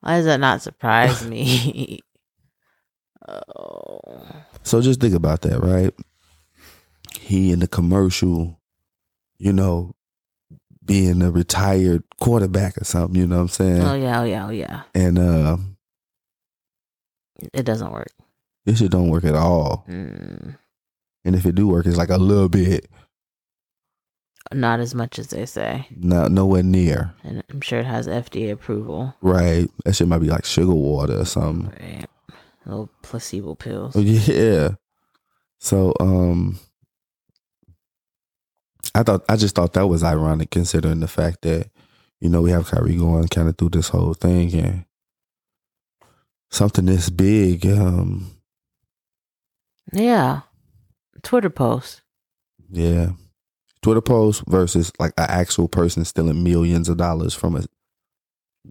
C: Why does that not surprise me? oh.
A: So just think about that, right? He in the commercial, you know, being a retired quarterback or something, you know what I'm saying?
C: Oh yeah, oh yeah, oh yeah.
A: And uh
C: It doesn't work.
A: this shit don't work at all.
C: Mm.
A: And if it do work, it's like a little bit.
C: Not as much as they say,
A: not nowhere near.
C: and I'm sure it has FDA approval.
A: Right. That shit might be like sugar water or something.
C: Right. Little placebo pills.
A: Um, Oh, Yeah. So um I thought I just thought that was ironic considering the fact that, you know, we have Kyrie going kind of through this whole thing and something this big, um,
C: Yeah. Twitter post.
A: yeah. Twitter post versus like an actual person stealing millions of dollars from a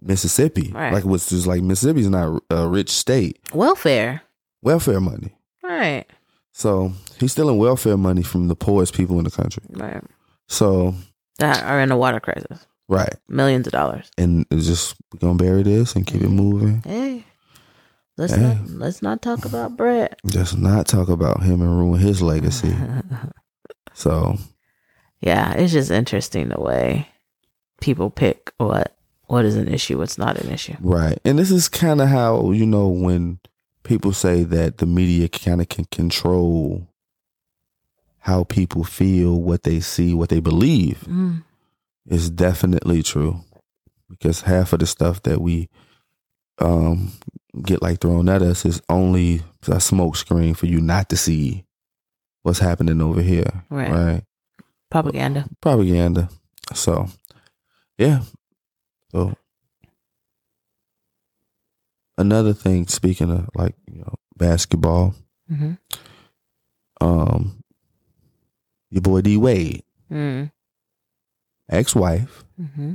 A: Mississippi.
C: Right.
A: Like which is like Mississippi's not a rich state.
C: Welfare.
A: Welfare money.
C: Right.
A: So he's stealing welfare money from the poorest people in the country.
C: Right.
A: So
C: That are in a water crisis.
A: right,
C: Millions of dollars.
A: and it's just we gonna bury this and keep it moving.
C: Hey. Let's
A: Hey.
C: not let's not talk about Brett.
A: Just not talk about him and ruin his legacy. So
C: yeah, it's just interesting the way people pick what what is an issue, what's not an issue.
A: right, and this is kind of how you know when people say that the media kind of can control how people feel, what they see, what they believe.
C: Mm.
A: It's definitely true because half of the stuff that we um, get like thrown at us is only a smoke screen for you not to see what's happening over here,
C: Right.
A: right?
C: Propaganda.
A: Propaganda. So, yeah. So another thing, speaking of like you know basketball,
C: Mm-hmm.
A: um, your boy D Wade,
C: Mm.
A: ex-wife,
C: Mm-hmm.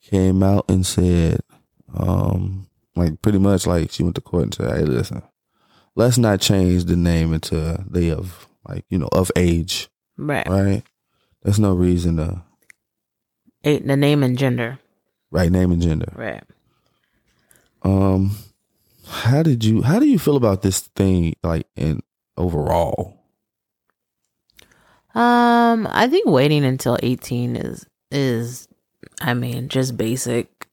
A: came out and said, um, like pretty much like she went to court and said, Hey, listen, let's not change the name until they of like, you know, of age,
C: Right.
A: right? There's no reason to
C: Eight, the name and gender.
A: right name and gender.
C: Right.
A: Um how did you how do you feel about this thing like in overall?
C: Um, I think waiting until eighteen is is, I mean, just basic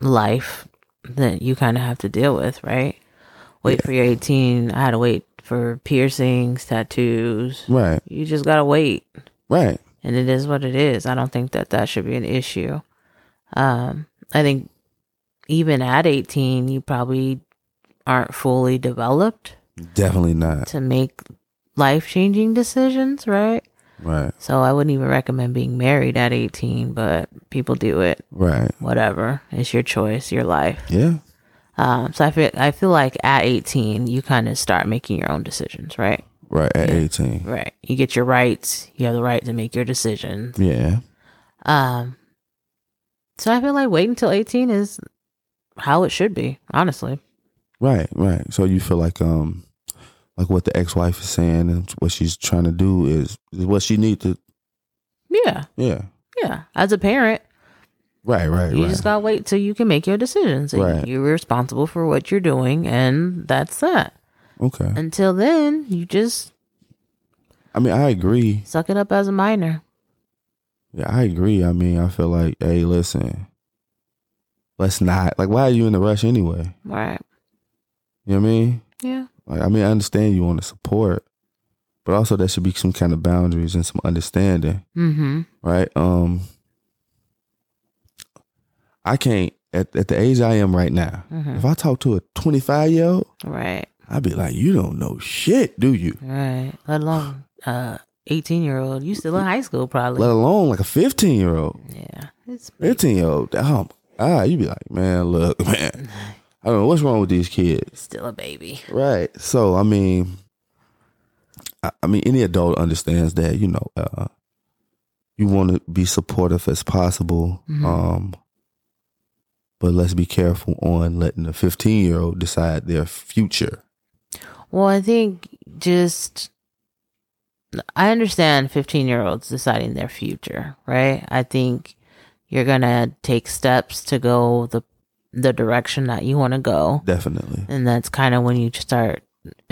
C: life that you kind of have to deal with, right? Wait for your 18. I had to wait for piercings, tattoos.
A: Right.
C: You just got to wait.
A: Right.
C: And it is what it is. I don't think that that should be an issue. Um, I think even at 18, you probably aren't fully developed
A: Definitely not.
C: to make life changing decisions, right?
A: Right.
C: So I wouldn't even recommend being married at 18, but people do it.
A: Right.
C: Whatever. It's your choice, your life.
A: Yeah.
C: Um, so I feel I feel like at 18 you kind of start making your own decisions, right?
A: Right. At 18.
C: Right. You get your rights. You have the right to make your decisions.
A: Yeah.
C: Um, so I feel like waiting until 18 is how it should be, honestly.
A: Right, right. So you feel like um like what the ex wife is saying and what she's trying to do is, is what she need to
C: Yeah,
A: Yeah.
C: yeah. As a parent,
A: Right, right,
C: you
A: right.
C: just gotta wait till you can make your decisions. And
A: Right.
C: You're responsible for what you're doing, and that's that.
A: okay.
C: Until then, you just
A: I mean I agree.
C: suck it up as a minor.
A: Yeah, I agree. I mean I feel like, hey, listen, let's not like why are you in a rush anyway?
C: Right?
A: You know what I mean?
C: Yeah.
A: Like I mean I understand you want to support, but also there should be some kind of boundaries and some understanding.
C: Mm-hmm.
A: right? Um, I can't at, at the age I am right now.
C: Mhm.
A: If I talk to a 25 year old,
C: Right.
A: I'd be like, "You don't know shit, do you?
C: Right. Let alone uh eighteen year old. You still in high school probably.
A: Let alone like a 15 year old,
C: yeah. It's
A: 15 year old." Oh, my God, you'd be like, "Man, look, man, I don't know what's wrong with these kids."
C: still a baby.
A: Right. So I mean, I, I mean, any adult understands that you know uh, you want to be supportive as possible, um, but let's be careful on letting a fifteen year old decide their future.
C: Well, I think just I understand fifteen year olds deciding their future, right? I think you're gonna take steps to go the the direction that you wanna go.
A: Definitely.
C: And that's kinda when you start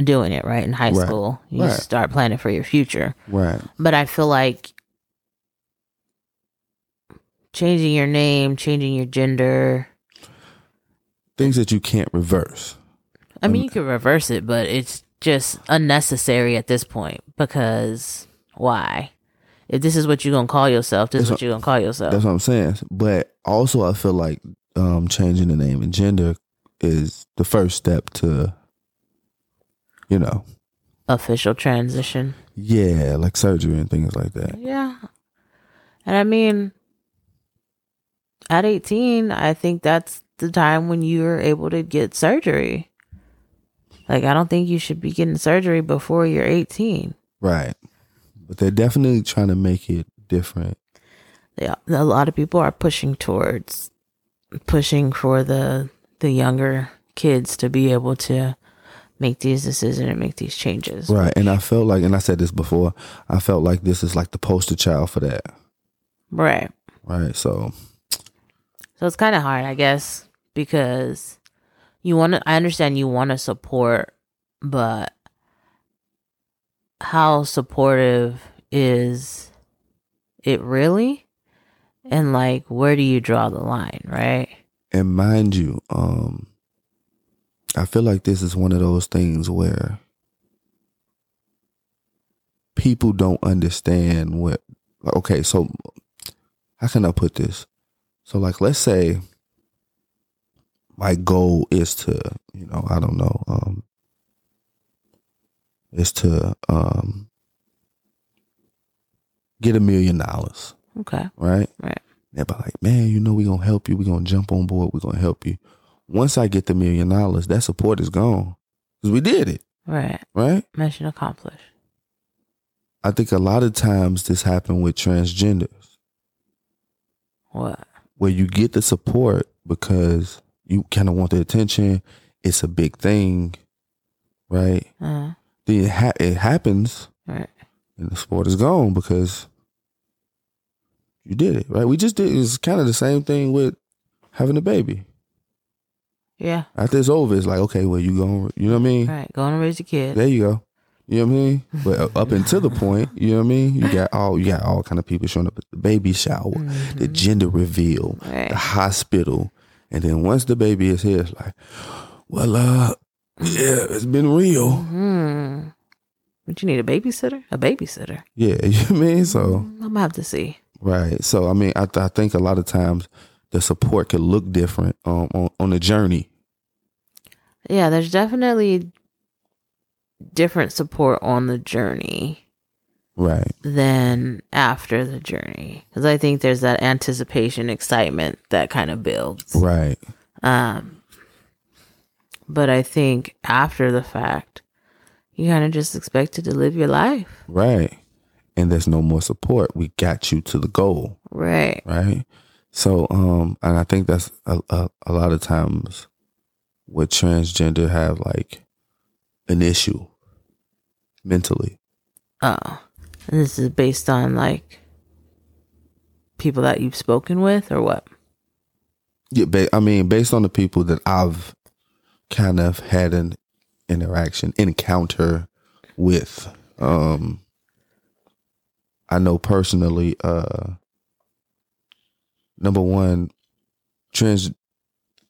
C: doing it, right? In high
A: Right.
C: school. You
A: Right.
C: start planning for your future.
A: Right.
C: but I feel like changing your name, changing your gender.
A: Things that you can't reverse.
C: I mean, you could reverse it, but it's just unnecessary at this point because why? If this is what you're gonna call yourself, this is what you're gonna call yourself.
A: That's what I'm saying. But also, I feel like um, changing the name and gender is the first step to, you know,
C: Official transition.
A: yeah, like surgery and things like that.
C: Yeah. And I mean, at 18, I think that's the time when you're able to get surgery. Like, I don't think you should be getting surgery before you're 18.
A: Right. But they're definitely trying to make it different.
C: they, a lot of people are pushing towards pushing for the the younger kids to be able to make these decisions and make these changes.
A: Right. And I felt like, and I said this before, I felt like this is like the poster child for that.
C: Right.
A: Right. So,
C: So it's kind of hard, I guess, because you want to I understand you want to support, but how supportive is it really? And like where do you draw the line, right?
A: and mind you, um, I feel like this is one of those things where people don't understand what, like, okay, so how can I put this? So, like, let's say my goal is to, you know, I don't know, um, is to um, get a million dollars,
C: Okay.
A: right?
C: Right.
A: Everybody like, man, you know we gonna help you. We gonna jump on board. We gonna help you. Once I get the million dollars, that support is gone because we did it,
C: Right.
A: right?
C: Mission accomplished.
A: I think a lot of times this happened with transgenders,
C: What?
A: where you get the support because you kind of want the attention. It's a big thing, right?
C: Uh,
A: Then it, ha- it happens,
C: right.
A: and the support is gone because you did it, right? We just did. It's kind of the same thing with having a baby.
C: Yeah.
A: After it's over, it's like, okay, well, you going, you know what I mean?
C: Right. Going to raise a kid.
A: There you go. You know what I mean? But uh, up until the point, you know what I mean? You got all you got all kind of people showing up at the baby shower, the gender reveal,
C: Mm-hmm. Right.
A: the hospital, And then once the baby is here, it's like, well, uh, yeah, it's been real.
C: Hmm. But you need a babysitter? A babysitter.
A: Yeah, you know what I mean? So,
C: Mm, I'm gonna have to see.
A: right. So, I mean, I, th- I think a lot of times the support could look different um, on, on the journey.
C: Yeah, there's definitely different support on the journey
A: Right.
C: than after the journey because I think there's that anticipation, excitement that kind of builds.
A: Right.
C: Um, but I think after the fact, you kind of just expected to live your life,
A: Right. And there's no more support. We got you to the goal.
C: right?
A: right? So, um, and I think that's a, a, a lot of times what transgender have like an issue mentally,
C: Oh, and this is based on like people that you've spoken with or what?
A: yeah, ba- I mean, based on the people that I've kind of had an interaction, encounter with. Um, I know personally, uh, number one, trans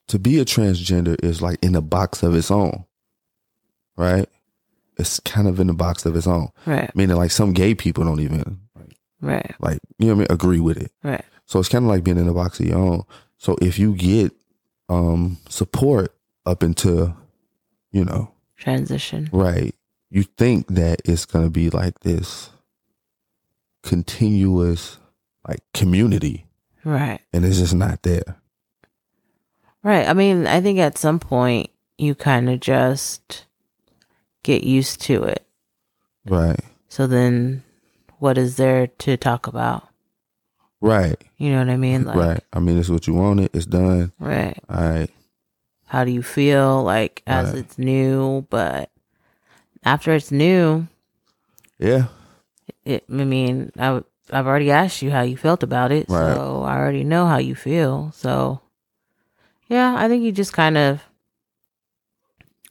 A: to be a transgender is like in a box of its own, right? It's kind of in a box of its own,
C: Right,
A: meaning like some gay people don't even
C: right,
A: like you know what I mean agree with it.
C: right,
A: So it's kind of like being in a box of your own. So if you get um support up into, you know,
C: transition.
A: right, you think that it's gonna be like this continuous like community,
C: Right,
A: and it's just not there.
C: right. I mean, I think at some point you kind of just get used to it.
A: Right.
C: So then what is there to talk about?
A: Right.
C: You know what I mean? Like,
A: right. I mean, it's what you wanted. It's done.
C: right.
A: All right.
C: how do you feel like as
A: Right.
C: it's new but after it's new
A: Yeah.
C: it, i mean I, w- i've already asked you how you felt about it
A: Right.
C: so i already know how you feel so yeah i think you just kind of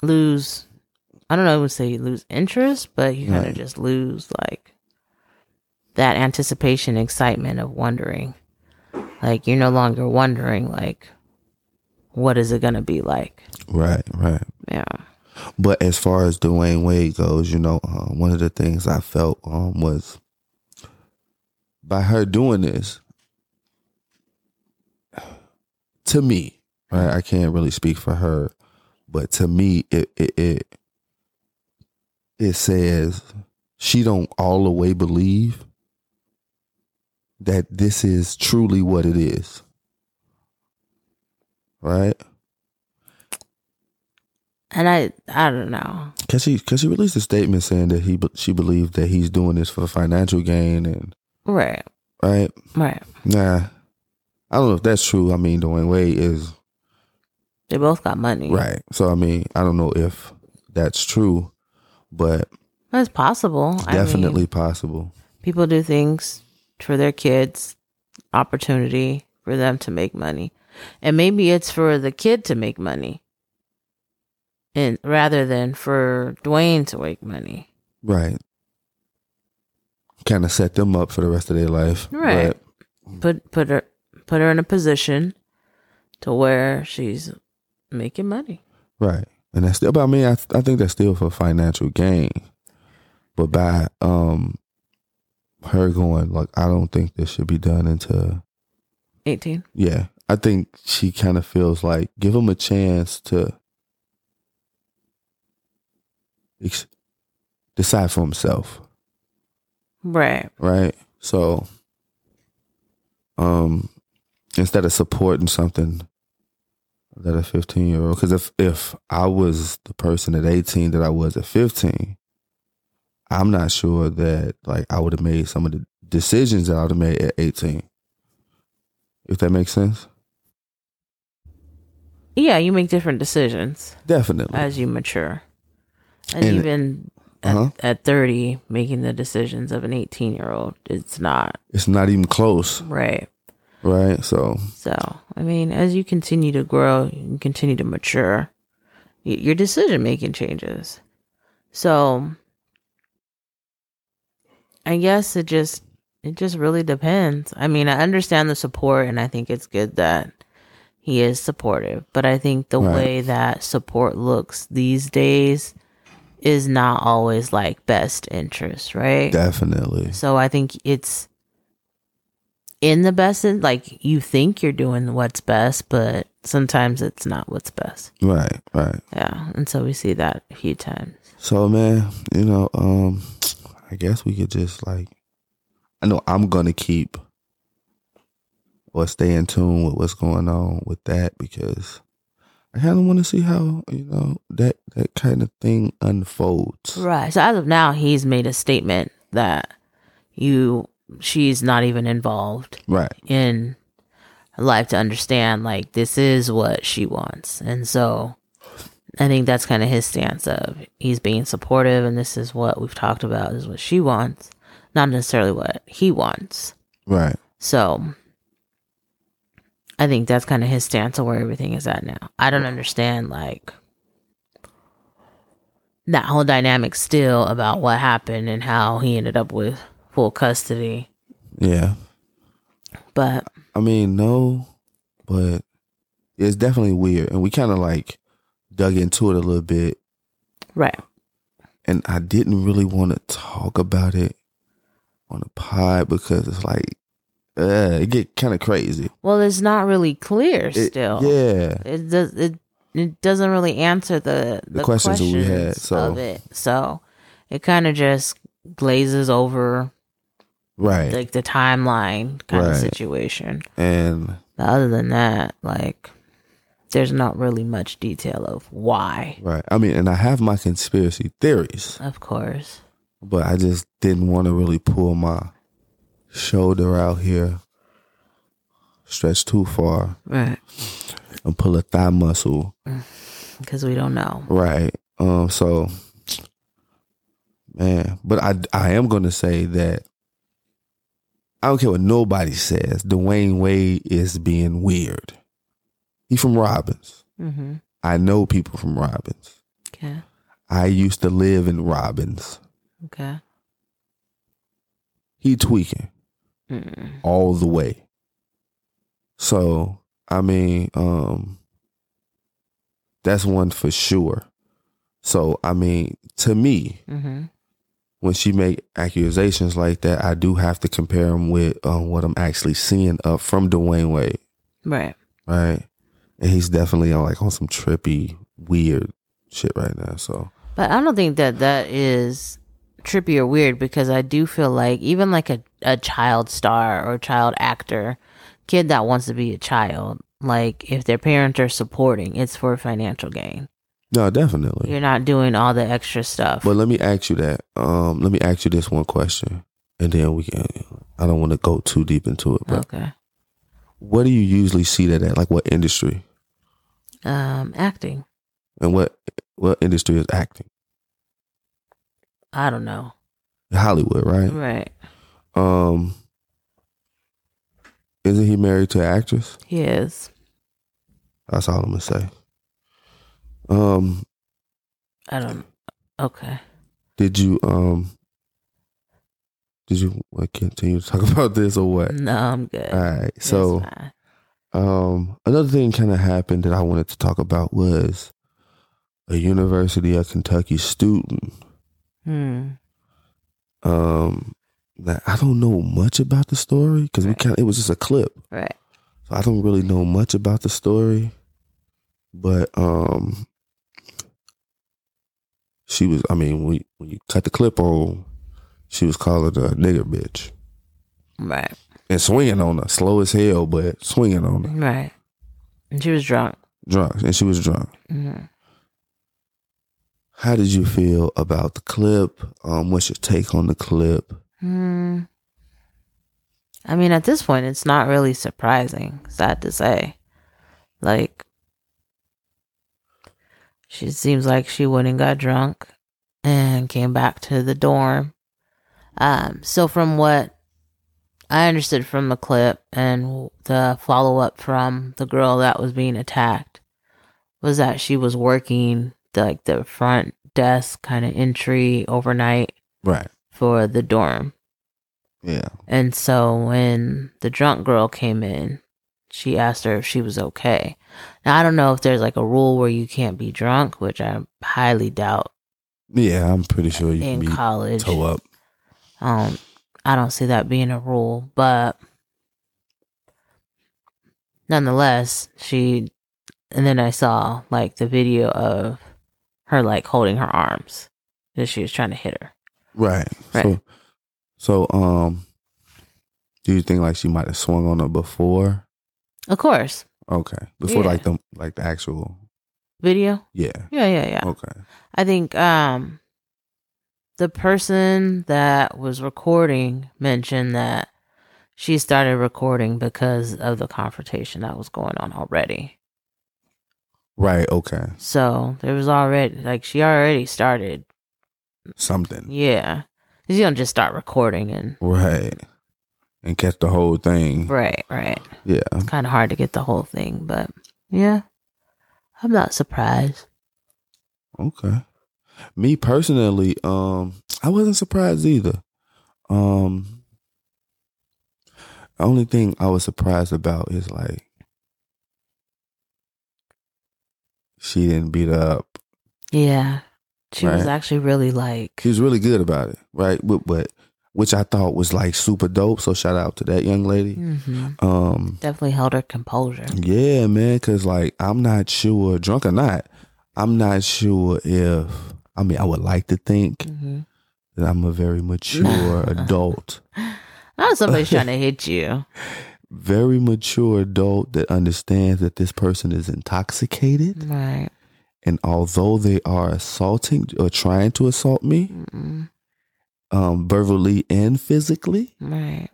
C: lose i don't know I would say you lose interest but you kind
A: Right.
C: of just lose like that anticipation excitement of wondering like you're no longer wondering like what is it going to be like
A: Right. Right.
C: yeah
A: But as far as Dwayne Wade goes, you know, um, one of the things I felt um, was by her doing this, to me, right? I can't really speak for her, but to me, it it it, it says she don't all the way believe that this is truly what it is, right?
C: And I, I don't know.
A: Cause she, cause she released a statement saying that he, she believed that he's doing this for financial gain, and
C: Right,
A: right,
C: right.
A: nah, I don't know if that's true. I mean, Dwayne Wade is
C: They both got money.
A: right, so I mean, I don't know if that's true, but
C: That's possible. I mean,
A: definitely possible.
C: people do things for their kids, opportunity for them to make money. And maybe it's for the kid to make money. And rather than for Dwayne to make money.
A: Right, kind of set them up for the rest of their life.
C: Right.
A: but-
C: Put put her put her in a position to where she's making money.
A: Right. And that's still, but I mean, I, I think that's still for financial gain. But by um her going, like, I don't think this should be done until,
C: Eighteen.
A: yeah, I think she kind of feels like give him a chance to ex- decide for himself.
C: Right.
A: Right. So, um, instead of supporting something that a 15 year old, because if, if I was the person at 18 that I was at 15, I'm not sure that like I would have made some of the decisions that I would have made at 18. If that makes sense.
C: Yeah, you make different decisions.
A: Definitely.
C: as you mature and,
A: And-
C: even at,
A: Uh-huh.
C: at 30 making the decisions of an 18 year old it's not
A: it's not even close.
C: right
A: Right. So,
C: so i mean as you continue to grow you continue to mature y- your decision making changes so i guess it just it just really depends i mean i understand the support and i think it's good that he is supportive. But I think the
A: Right.
C: way that support looks these days is not always like best interest, right?
A: Definitely.
C: So I think it's in the best, in- like you think you're doing what's best, but sometimes it's not what's best.
A: Right, right.
C: Yeah. And so we see that a few times.
A: So man, you know, um I guess we could just like I know I'm gonna keep or stay in tune with what's going on with that because I kinda wanna see how, you know, that that kind of thing unfolds.
C: Right. So as of now, he's made a statement that you, she's not even involved
A: Right.
C: in life to understand, like, this is what she wants. And so I think that's kind of his stance of he's being supportive and this is what we've talked about, this is what she wants, not necessarily what he wants.
A: Right.
C: So I think that's kind of his stance on where everything is at now. I don't understand like that whole dynamic still about what happened and how he ended up with full custody.
A: Yeah.
C: But
A: I mean, no, but it's definitely weird. And we kinda like dug into it a little bit
C: right.
A: and I didn't really want to talk about it on a pod because it's like uh, it get kind of crazy.
C: Well, it's not really clear
A: It-
C: still.
A: yeah,
C: It does it it doesn't really answer the the,
A: questions that we had,
C: questions
A: so-
C: of it. So it kind of just glazes over
A: right.
C: like the timeline kind
A: Right.
C: of situation.
A: and
C: But other than that, like, there's not really much detail of why,
A: right, I mean, and I have my conspiracy theories,
C: of course.
A: but I just didn't want to really pull my shoulder out here, stretch too far,
C: Right.
A: and pull a thigh muscle.
C: Because we don't know.
A: Right. Um. So, man, but I I am gonna say that I don't care what nobody says. Dwayne Wade is being weird. He from Robbins.
C: Mm-hmm.
A: I know people from Robbins.
C: Okay.
A: I used to live in Robbins.
C: Okay.
A: He tweaking
C: Mm.
A: all the way. So I mean, um, that's one for sure. So I mean, to me,
C: Mm-hmm.
A: when she make accusations like that, I do have to compare them with um, what I'm actually seeing up from Dwayne Wade,
C: Right.
A: right? And he's definitely on like on some trippy, weird shit right now. So
C: But I don't think that that is trippy or weird because I do feel like even like a, a child star or child actor, kid that wants to be a child, like if their parents are supporting, it's for financial gain.
A: no, definitely.
C: You're not doing all the extra stuff.
A: But let me ask you that. Um, let me ask you this one question, and then we can. I don't want to go too deep into it, but
C: okay.
A: what do you usually see that at? Like what industry
C: Um, acting.
A: and what what industry is acting?
C: I don't know.
A: Hollywood, right?
C: Right.
A: Um, isn't he married to an actress?
C: He is.
A: That's all I'm gonna say. Um,
C: I don't. Okay.
A: did you um, did you like, continue to talk about this or what?
C: No, I'm good.
A: All right.
C: It's
A: So,
C: fine.
A: um, another thing kind of happened that I wanted to talk about was a University of Kentucky student.
C: Hmm.
A: Um, that I don't know much about the story because we
C: Right.
A: kind it was just a clip,
C: Right.
A: so I don't really know much about the story. But um, she was. I mean, when when you cut the clip on, she was calling her a nigger bitch
C: Right.
A: and swinging on her, slow as hell, but swinging on her,
C: Right. And she was drunk.
A: drunk, and she was drunk.
C: hmm
A: How did you feel about the clip? Um, what's your take on the clip?
C: Hmm. I mean, at this point, it's not really surprising. Sad to say. Like, she seems like she went and got drunk and came back to the dorm. Um, so from what I understood from the clip and the follow up from the girl that was being attacked was that she was working the, like the front desk kind of entry overnight
A: Right.
C: for the dorm.
A: Yeah.
C: And so when the drunk girl came in, she asked her if she was okay. Now I don't know if there's like a rule where you can't be drunk, which I highly doubt
A: Yeah, I'm pretty sure you can
C: in
A: be
C: college.
A: toe up.
C: Um, I don't see that being a rule, but nonetheless, she. And then I saw like the video of her like holding her arms that she was trying to hit her.
A: Right.
C: Right.
A: So, so um, do you think like she might have swung on it before?
C: Of course,
A: Okay, before
C: Yeah.
A: like the like the actual.
C: video.
A: Yeah.
C: Yeah, yeah, yeah.
A: Okay.
C: I think um the person that was recording mentioned that she started recording because of the confrontation that was going on already.
A: Right. Okay.
C: So there was already like she already started.
A: Something.
C: Mm-hmm. Yeah. 'Cause You don't just start recording and
A: Right. And catch the whole thing.
C: right, right.
A: Yeah.
C: It's kind of hard to get the whole thing, but yeah. I'm not surprised.
A: Okay. Me personally, um, I wasn't surprised either. Um, the only thing I was surprised about is like she didn't beat up.
C: Yeah. She was
A: Right.
C: actually really like
A: She was really good about it, right? But, but which I thought was like super dope. So shout out to that young lady.
C: Mhm.
A: Um,
C: definitely held her composure.
A: Mm. yeah, man, because like I'm not sure, drunk or not, I'm not sure if. I mean, I would like to think
C: Mhm.
A: that I'm a very mature adult,
C: Not somebody's trying to hit you.
A: very mature adult that understands that this person is intoxicated.
C: Right.
A: And although they are assaulting or trying to assault me,
C: Mm-mm.
A: um, verbally and physically,
C: Right.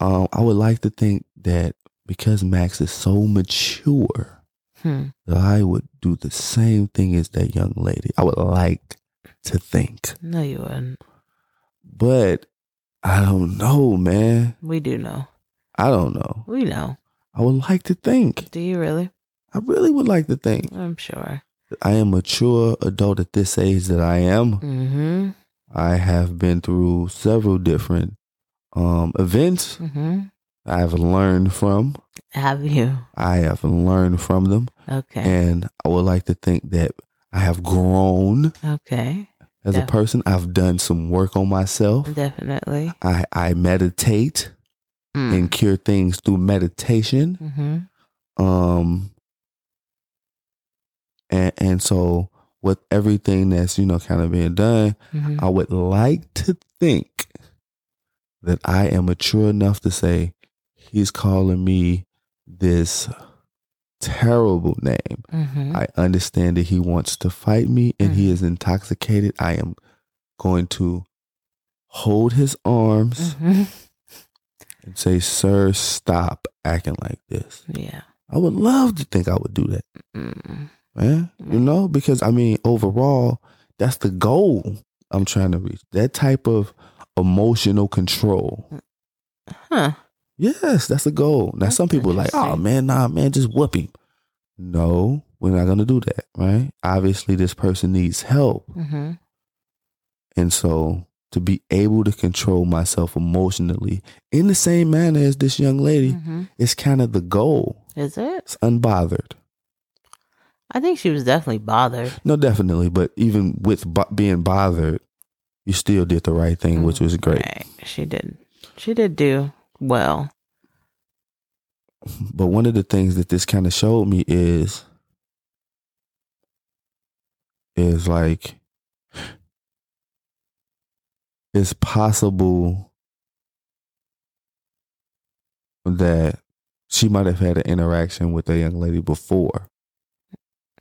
A: um, I would like to think that because Max is so mature,
C: Hmm.
A: that I would do the same thing as that young lady. I would like to think.
C: No, you wouldn't.
A: But I don't know, man.
C: We do know.
A: I don't know.
C: We know.
A: I would like to think.
C: Do you really?
A: I really would like to think.
C: I'm sure.
A: I am a mature adult at this age that I am.
C: Mm-hmm.
A: I have been through several different um, events.
C: Mm-hmm.
A: I have learned from.
C: Have you?
A: I have learned from them,
C: Okay.
A: and I would like to think that I have grown
C: okay.
A: as
C: Yeah.
A: a person. I've done some work on myself.
C: Definitely.
A: I, I meditate
C: Mm.
A: and cure things through meditation.
C: Mm-hmm.
A: Um, and and so with everything that's you know kind of being done,
C: Mm-hmm.
A: I would like to think that I am mature enough to say he's calling me this terrible name.
C: Mm-hmm.
A: I understand that he wants to fight me and he is intoxicated. I am going to hold his arms
C: Mm-hmm.
A: and say, Sir, stop acting like this.
C: Yeah.
A: I would love to think I would do that,
C: Mm.
A: man. You know, because I mean, overall, that's the goal I'm trying to reach. That type of emotional control.
C: Huh.
A: Yes, that's the goal. Now,
C: That's
A: some people are like, oh
C: interesting.
A: man, nah, man, just whoop him. No, we're not going to do that, right? Obviously, this person needs help.
C: Mm-hmm.
A: And so, to be able to control myself emotionally in the same manner as this young lady
C: Mm-hmm.
A: is kind of the goal.
C: Is it?
A: It's unbothered.
C: I think she was definitely bothered.
A: No, definitely. But even with bo- being bothered, you still did the right thing, which was great.
C: Mm, Right. She did. She did do well.
A: But one of the things that this kind of showed me is is like it's possible that she might have had an interaction with a young lady before,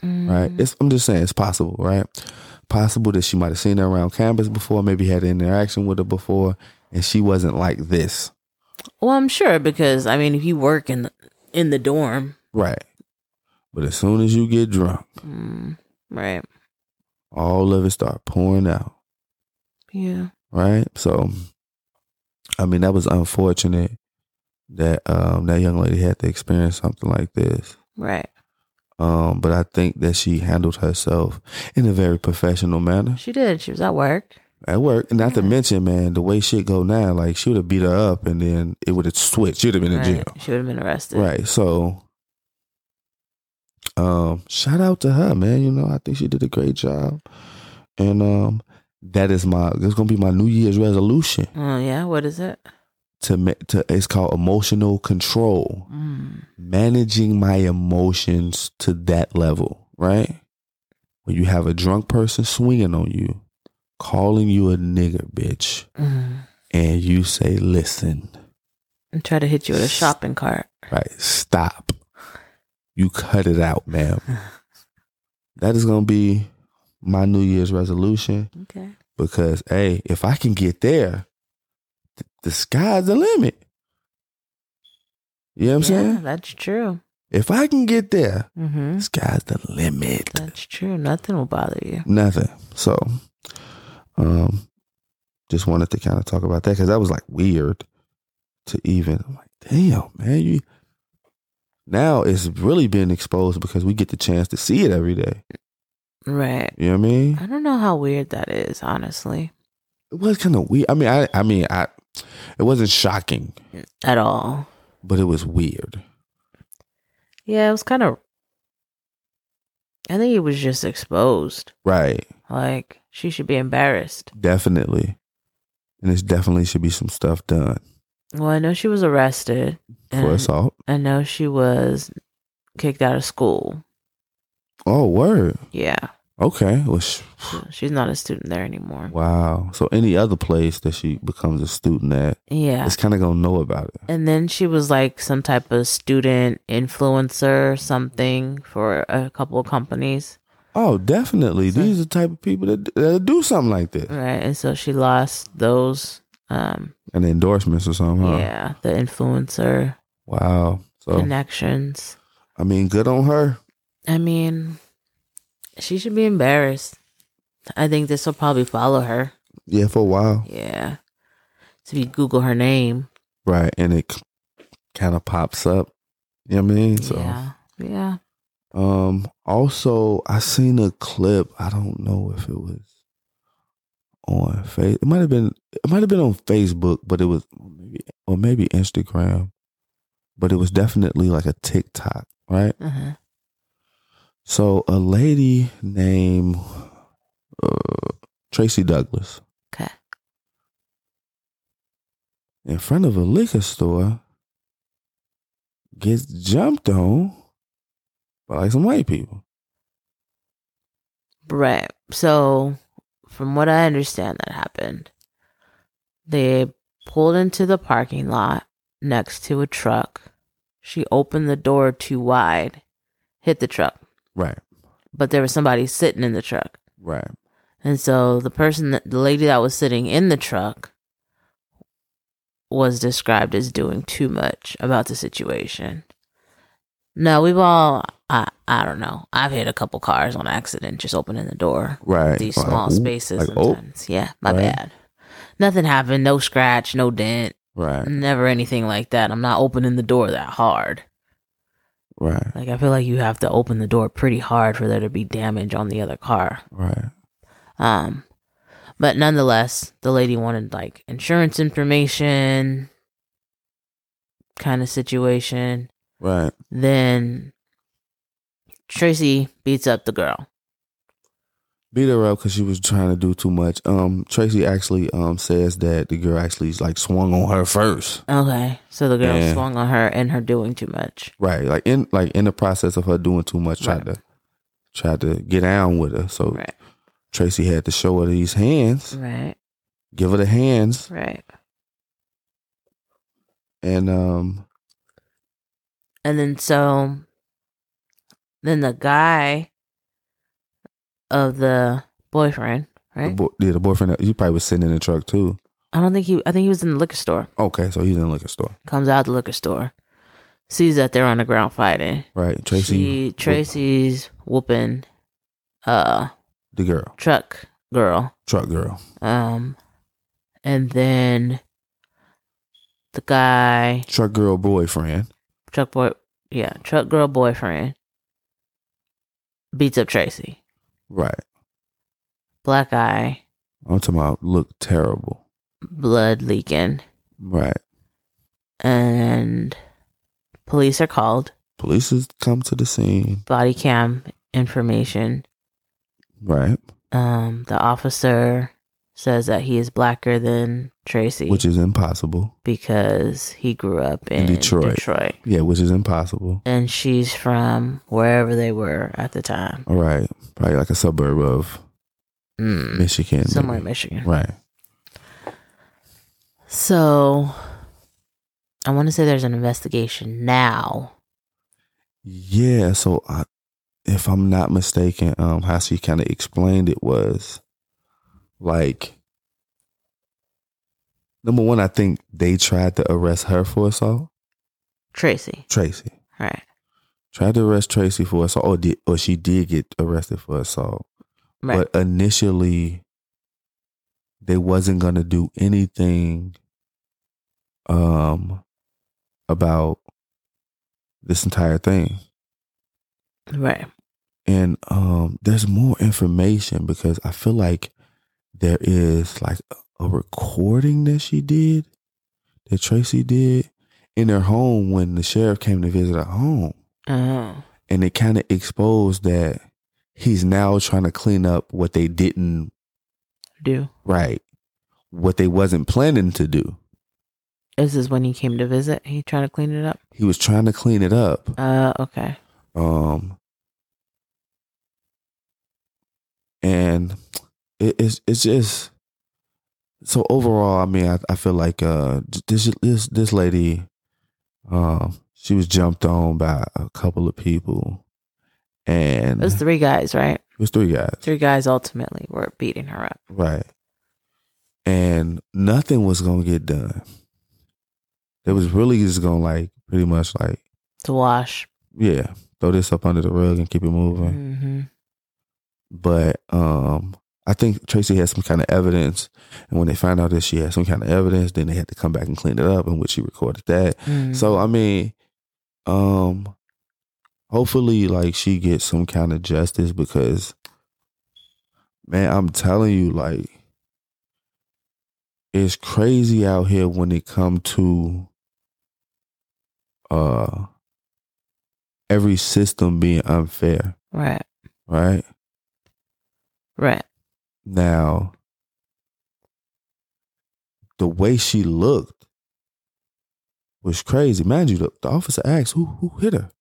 A: right?
C: Mm.
A: It's I'm just saying it's possible, right? Possible that she might have seen her around campus before, maybe had an interaction with her before, and she wasn't like this,
C: Well, I'm sure because I mean, if you work in the, in the dorm,
A: right? But as soon as you get drunk.
C: mm, right?
A: all of it start pouring out,
C: Yeah.
A: right? So, I mean, that was unfortunate that um, that young lady had to experience something like this.
C: Right.
A: Um, but I think that she handled herself in a very professional manner.
C: She did. She was at work.
A: at work. And not to mention, man, the way shit go now, like she would have beat her up, and then it would have switched. She would have been in
C: Right.
A: jail,
C: She would have been arrested.
A: right? So, um, shout out to her, man. You know, I think she did a great job, and um, that is my that's gonna be my New Year's resolution
C: Oh yeah. What is it?
A: to ma- to it's called emotional control,
C: Mm.
A: managing my emotions to that level, right? When you have a drunk person swinging on you, calling you a nigger, bitch
C: Mm.
A: and you say, listen,
C: And try to hit you with a shopping cart.
A: right, stop. You cut it out, ma'am. that is going to be my New Year's resolution
C: Okay.
A: because, hey, if I can get there, th- the sky's the limit. You know what I'm
C: yeah,
A: saying?
C: that's true.
A: If I can get there,
C: Mm-hmm.
A: the sky's the limit.
C: That's true. Nothing will bother you.
A: Nothing. So, um, just wanted to kind of talk about that because that was like weird to even. I'm like, damn, man, you. Now it's really been exposed because we get the chance to see it every day.
C: Right.
A: You know what I mean?
C: I don't know how weird that is, honestly,
A: It was kind of weird. I mean, I, I mean, I. It wasn't shocking,
C: at all.
A: but it was weird.
C: Yeah, it was kind of. I think it was just exposed.
A: Right.
C: Like she should be embarrassed.
A: Definitely. And there's definitely should be some stuff done
C: Well, I know she was arrested.
A: for
C: And
A: assault.
C: I know she was kicked out of school.
A: Oh, word.
C: Yeah,
A: Okay. Well, sh-
C: so she's not a student there anymore.
A: wow. So any other place that she becomes a student at,
C: Yeah.
A: It's kind of gonna know about it.
C: And then she was like some type of student influencer or something for a couple of companies.
A: Oh, definitely.
C: So-
A: These are the type of people that that do something like this
C: Right. And so she lost those um
A: and endorsements or something. Huh?
C: yeah, the influencer
A: Wow. So
C: connections.
A: I mean, good on her.
C: I mean, she should be embarrassed. I think this will probably follow her.
A: Yeah, for a while.
C: Yeah. So if you Google her name.
A: Right, and it kind of pops up. You know what I mean? So,
C: Yeah. Yeah.
A: um, also I seen a clip. I don't know if it was on face. It might have been. It might have been on Facebook, but it was maybe or maybe Instagram, but it was definitely like a TikTok, right?
C: Uh-huh.
A: So a lady named uh, Tracy Douglas
C: Okay.
A: in front of a liquor store gets jumped on by like some white people.
C: Right. So, from what I understand, that happened. They pulled into the parking lot next to a truck. She opened the door too wide, hit the truck,
A: Right,
C: but there was somebody sitting in the truck.
A: right,
C: And so, the person, that, the lady that was sitting in the truck, was described as doing too much about the situation. No, we've all, I, I don't know. I've hit a couple cars on accident just opening the door
A: right.
C: these
A: Like,
C: small
A: ooh,
C: spaces
A: Like, oh,
C: sometimes. yeah, my
A: Right.
C: bad. Nothing happened, no scratch, no dent,
A: right,
C: never anything like that. I'm not opening the door that hard.
A: right,
C: Like I feel like you have to open the door pretty hard for there to be damage on the other car.
A: right.
C: Um but nonetheless, the lady wanted like insurance information kind of situation.
A: Right.
C: Then Tracy beats up the girl.
A: Beat her up because she was trying to do too much. Um, Tracy actually um says that the girl actually like swung on her first.
C: Okay. So the girl
A: Yeah.
C: swung on her and her doing too much.
A: Right, like in like in the process of her doing too much, tried
C: Right.
A: to tried to get down with her. So
C: Right.
A: Tracy had to show her these hands,
C: Right.
A: give her the hands,
C: Right.
A: and um,
C: And then so then the guy of the boyfriend,
A: the,
C: right?
A: boy, yeah, the boyfriend he probably was sitting in the truck too.
C: I don't think he I think he was in the liquor store.
A: Okay, so he's in the liquor store,
C: Comes out the liquor store, sees that they're on the ground fighting.
A: right? Tracy,
C: She- Tracy's whooping uh
A: the girl,
C: truck girl.
A: truck girl,
C: Um and then the guy
A: truck girl boyfriend,
C: truck boy yeah, truck girl boyfriend beats up Tracy.
A: right?
C: Black eye,
A: I'm talking about look terrible.
C: blood leaking,
A: Right.
C: and police are called.
A: Police has come to the scene.
C: Body cam information.
A: Right.
C: Um, the officer says that he is blacker than Tracy
A: Which is impossible.
C: because he grew up in,
A: Detroit.
C: Detroit.
A: Yeah, which is impossible.
C: and she's from wherever they were at the time.
A: All right. Probably like a suburb of
C: Mm,
A: Michigan.
C: somewhere in
A: maybe.
C: Michigan.
A: Right.
C: So I want to say there's an investigation now.
A: Yeah, so I, if I'm not mistaken, um, how she kind of explained it was like number one, I think they tried to arrest her for assault.
C: Tracy.
A: Tracy
C: Right.
A: tried to arrest Tracy for assault, or did, or she did get arrested for assault.
C: Right.
A: But initially, they wasn't gonna do anything, um, about this entire thing.
C: right.
A: and um there's more information because i feel like there is like a recording that she did that tracy did in her home when the sheriff came to visit her home
C: Oh.
A: and it kind of exposed that he's now trying to clean up what they didn't
C: Do.
A: right what they wasn't planning to do
C: This is when he came to visit. He trying to clean it up.
A: he was trying to clean it up
C: Uh. Okay.
A: Um, and it, it's it's just so overall. I mean, I, I feel like uh, this this this lady, um, she was jumped on by a couple of people, and
C: It was three guys, right?
A: it was three guys,
C: Three guys ultimately were beating her up.
A: right? And nothing was gonna get done. It was really just gonna like pretty much like
C: To wash.
A: yeah, throw this up under the rug and keep it moving.
C: Mm-hmm.
A: but um I think Tracy had some kind of evidence, and when they found out that she had some kind of evidence, then they had to come back and clean it up, and which she recorded that.
C: Mm-hmm.
A: So I mean, um, hopefully, like she gets some kind of justice because, man, I'm telling you, like, it's crazy out here when it come to, uh, every system being unfair,
C: right.
A: right?
C: Right.
A: Now, the way she looked was crazy. Mind you, the, the officer asked who who hit her,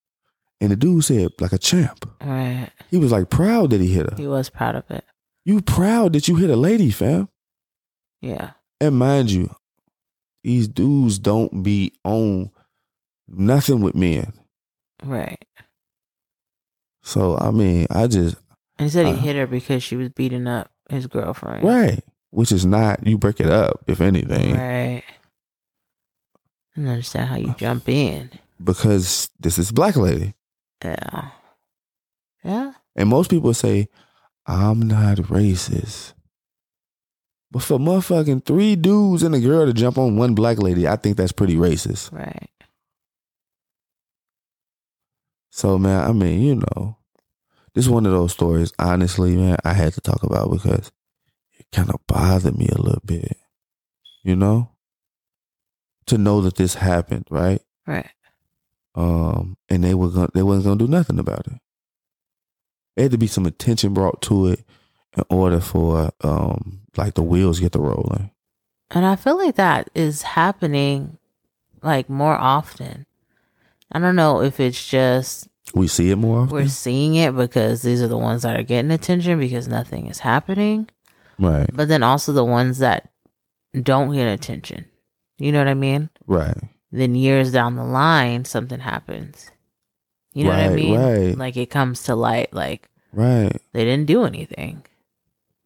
A: and the dude said like a champ.
C: Right.
A: He was like proud that he hit her.
C: He was proud of it.
A: You proud that you hit a lady, fam?
C: Yeah.
A: And mind you, these dudes don't be on nothing with men.
C: Right.
A: So I mean, I just
C: And he said
A: Uh,
C: he hit her because she was beating up his girlfriend.
A: right, which is not you break it up if anything.
C: Right. I don't understand how you jump in.
A: because this is black lady.
C: Yeah. Yeah.
A: And most people say, I'm not racist. But for motherfucking three dudes and a girl to jump on one black lady, I think that's pretty racist.
C: Right.
A: So, man, I mean, you know, this is one of those stories, honestly, man, I had to talk about because it kind of bothered me a little bit, you know, to know that this happened, right?
C: Right.
A: um, and they were going they wasn't gonna do nothing about it. There had to be some attention brought to it in order for um, like the wheels get to rolling.
C: And I feel like that is happening like more often. I don't know if it's just
A: We see it more often,
C: we're seeing it because these are the ones that are getting attention because nothing is happening.
A: right?
C: But then also the ones that don't get attention. You know what I mean?
A: Right.
C: then years down the line something happens you know what i
A: Right,
C: mean
A: right.
C: like it comes to light like
A: Right,
C: they didn't do anything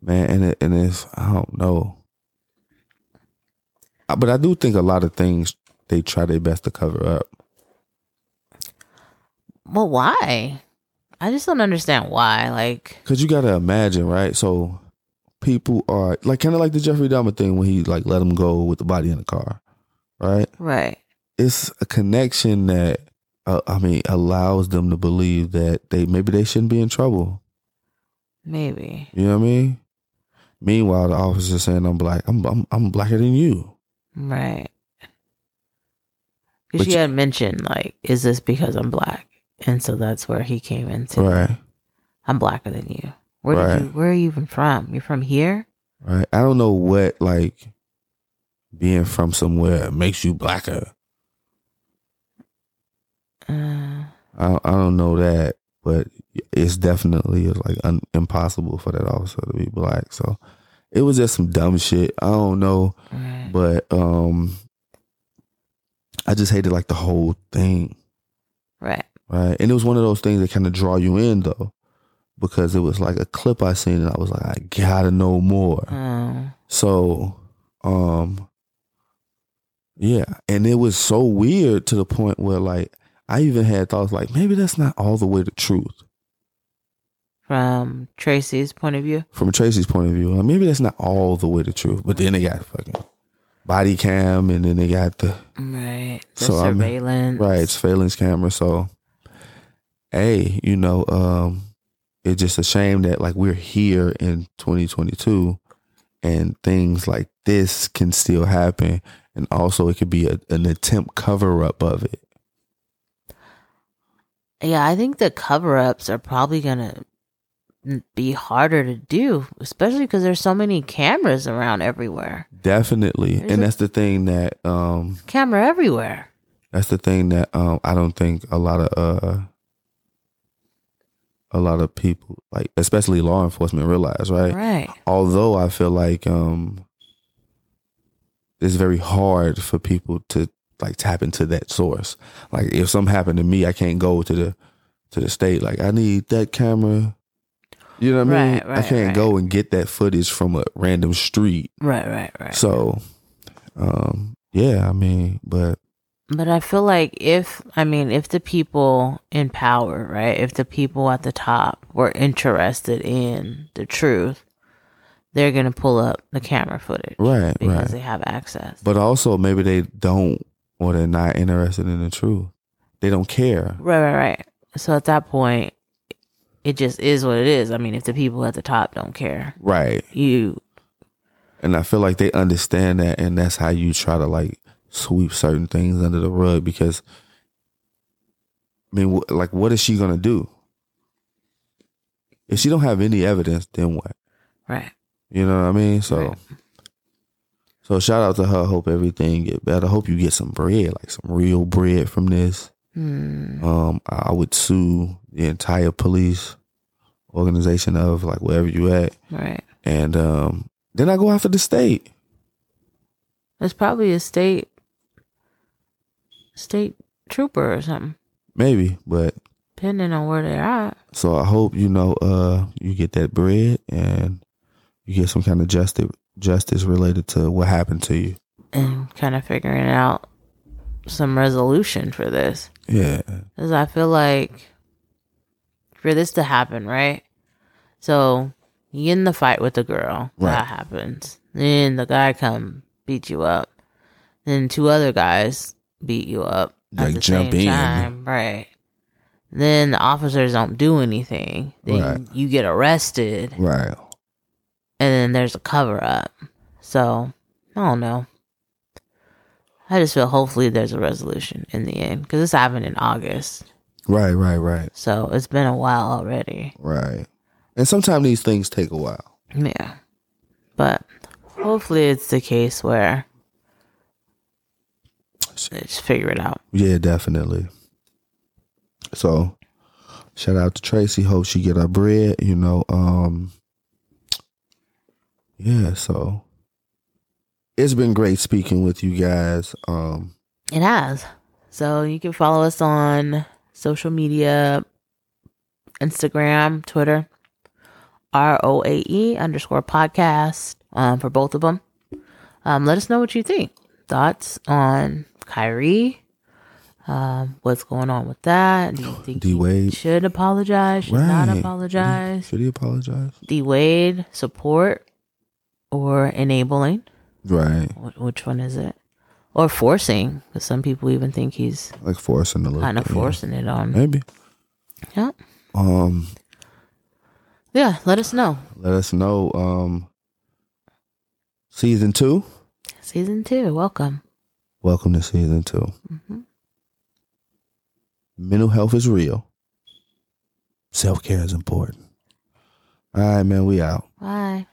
A: man. And it, and it's I don't know, Uh, but I do think a lot of things they try their best to cover up.
C: well why i just don't understand why like
A: Cause you gotta imagine, right? So people are like kind of like the Jeffrey Dahmer thing when he like let him go with the body in the car, right?
C: right
A: it's a connection that uh, I mean allows them to believe that they maybe they shouldn't be in trouble.
C: maybe
A: You know what I mean? Meanwhile, the officer saying I'm black. I'm I'm, I'm blacker than you.
C: Right.
A: But
C: Because she
A: you-
C: had mentioned, like, is this because I'm black? And so that's where he came into.
A: Right.
C: I'm blacker than you. Where did
A: Right.
C: you? Where are you even from? You're from here.
A: Right. I don't know what like being from somewhere makes you blacker.
C: Uh,
A: I I don't know that, but it's definitely like un, impossible for that officer to be black. So it was just some dumb shit. I don't know,
C: right.
A: but um, I just hated like the whole thing.
C: right.
A: Right. And it was one of those things that kind of draw you in though, because it was like a clip I seen and I was like, I gotta know more.
C: Um,
A: So, um, yeah. And it was so weird to the point where like, I even had thoughts like, maybe that's not all the way the truth
C: from Tracy's point of view.
A: from Tracy's point of view. Like, maybe that's not all the way the truth. But then they got fucking body cam and then they got the,
C: Right. The
A: So, I mean,
C: surveillance.
A: Right, it's surveillance camera. So, hey, you know, um, it's just a shame that like we're here in 2022, and things like this can still happen, and also it could be a, an attempt cover up of it.
C: Yeah, I think the cover ups are probably gonna n- be harder to do, especially because there's so many cameras around everywhere.
A: Definitely,
C: There's
A: and
C: a-
A: that's the thing that um,
C: Camera everywhere.
A: that's the thing that um, I don't think a lot of uh, a lot of people like, especially law enforcement, realize, right?
C: Right.
A: although I feel like um it's very hard for people to like tap into that source. Like if something happened to me, I can't go to the to the state. Like I need that camera. You know what I mean?
C: Right, right,
A: I can't
C: right.
A: go and get that footage from a random street.
C: Right. Right. Right.
A: So um yeah, I mean, but
C: But I feel like if, I mean, if the people in power, right, if the people at the top were interested in the truth, they're going to pull up the camera footage
A: right,
C: because
A: right.
C: they have access.
A: But also maybe they don't or they're not interested in the truth. They don't care.
C: right, right, right. So at that point, it just is what it is. I mean, if the people at the top don't care,
A: Right.
C: you,
A: And I feel like they understand that, and that's how you try to like sweep certain things under the rug because, I mean, wh- like, what is she gonna do? If she don't have any evidence, then what?
C: right,
A: You know what I mean? So,
C: Right.
A: so shout out to her. Hope everything get better. Hope you get some bread, like some real bread from this.
C: hmm,
A: Um, I I would sue the entire police organization of like wherever you at,
C: right.
A: and um, then I go after the state.
C: It's probably a state, state trooper or something,
A: Maybe, but
C: depending on where they're at.
A: So I hope you know uh you get that bread and you get some kind of justice justice related to what happened to you.
C: and kind of figuring out some resolution for this.
A: Yeah.
C: Because I feel like for this to happen, right? So you get in the fight with the girl.
A: Right.
C: That happens. Then the guy come beat you up. Then two other guys beat you up. at
A: Like,
C: the
A: jump
C: same
A: in.
C: time, Right. Then the officers don't do anything. Then
A: Right.
C: you get arrested. And
A: Right.
C: then there's a cover up. So I don't know. I just feel hopefully there's a resolution in the end because this happened in August,
A: Right, right, right.
C: so it's been a while already.
A: Right. And sometimes these things take a while.
C: Yeah, but hopefully it's the case where let's figure it out.
A: Yeah, definitely. So shout out to Tracy. Hope she get her bread, you know. Um Yeah, so it's been great speaking with you guys. Um
C: It has. So you can follow us on social media, Instagram, Twitter, R O A E underscore podcast um, for both of them. Um, let us know what you think. Thoughts on Kyrie? Um, what's going on with that? Do you think
A: D
C: he
A: Wade.
C: should apologize? Should not
A: Right.
C: apologize?
A: Should he apologize?
C: D Wade support or enabling?
A: Right.
C: Wh- Which one is it? Or forcing? Because some people even think he's
A: Like forcing a little
C: kind of
A: bit, yeah.
C: forcing it on.
A: Maybe.
C: Yeah.
A: Um
C: Yeah. Let us know.
A: let us know. Um Season two.
C: Season two, welcome.
A: Welcome to season 2 Mental health is real. Self care is important. All right, man. We out.
C: Bye.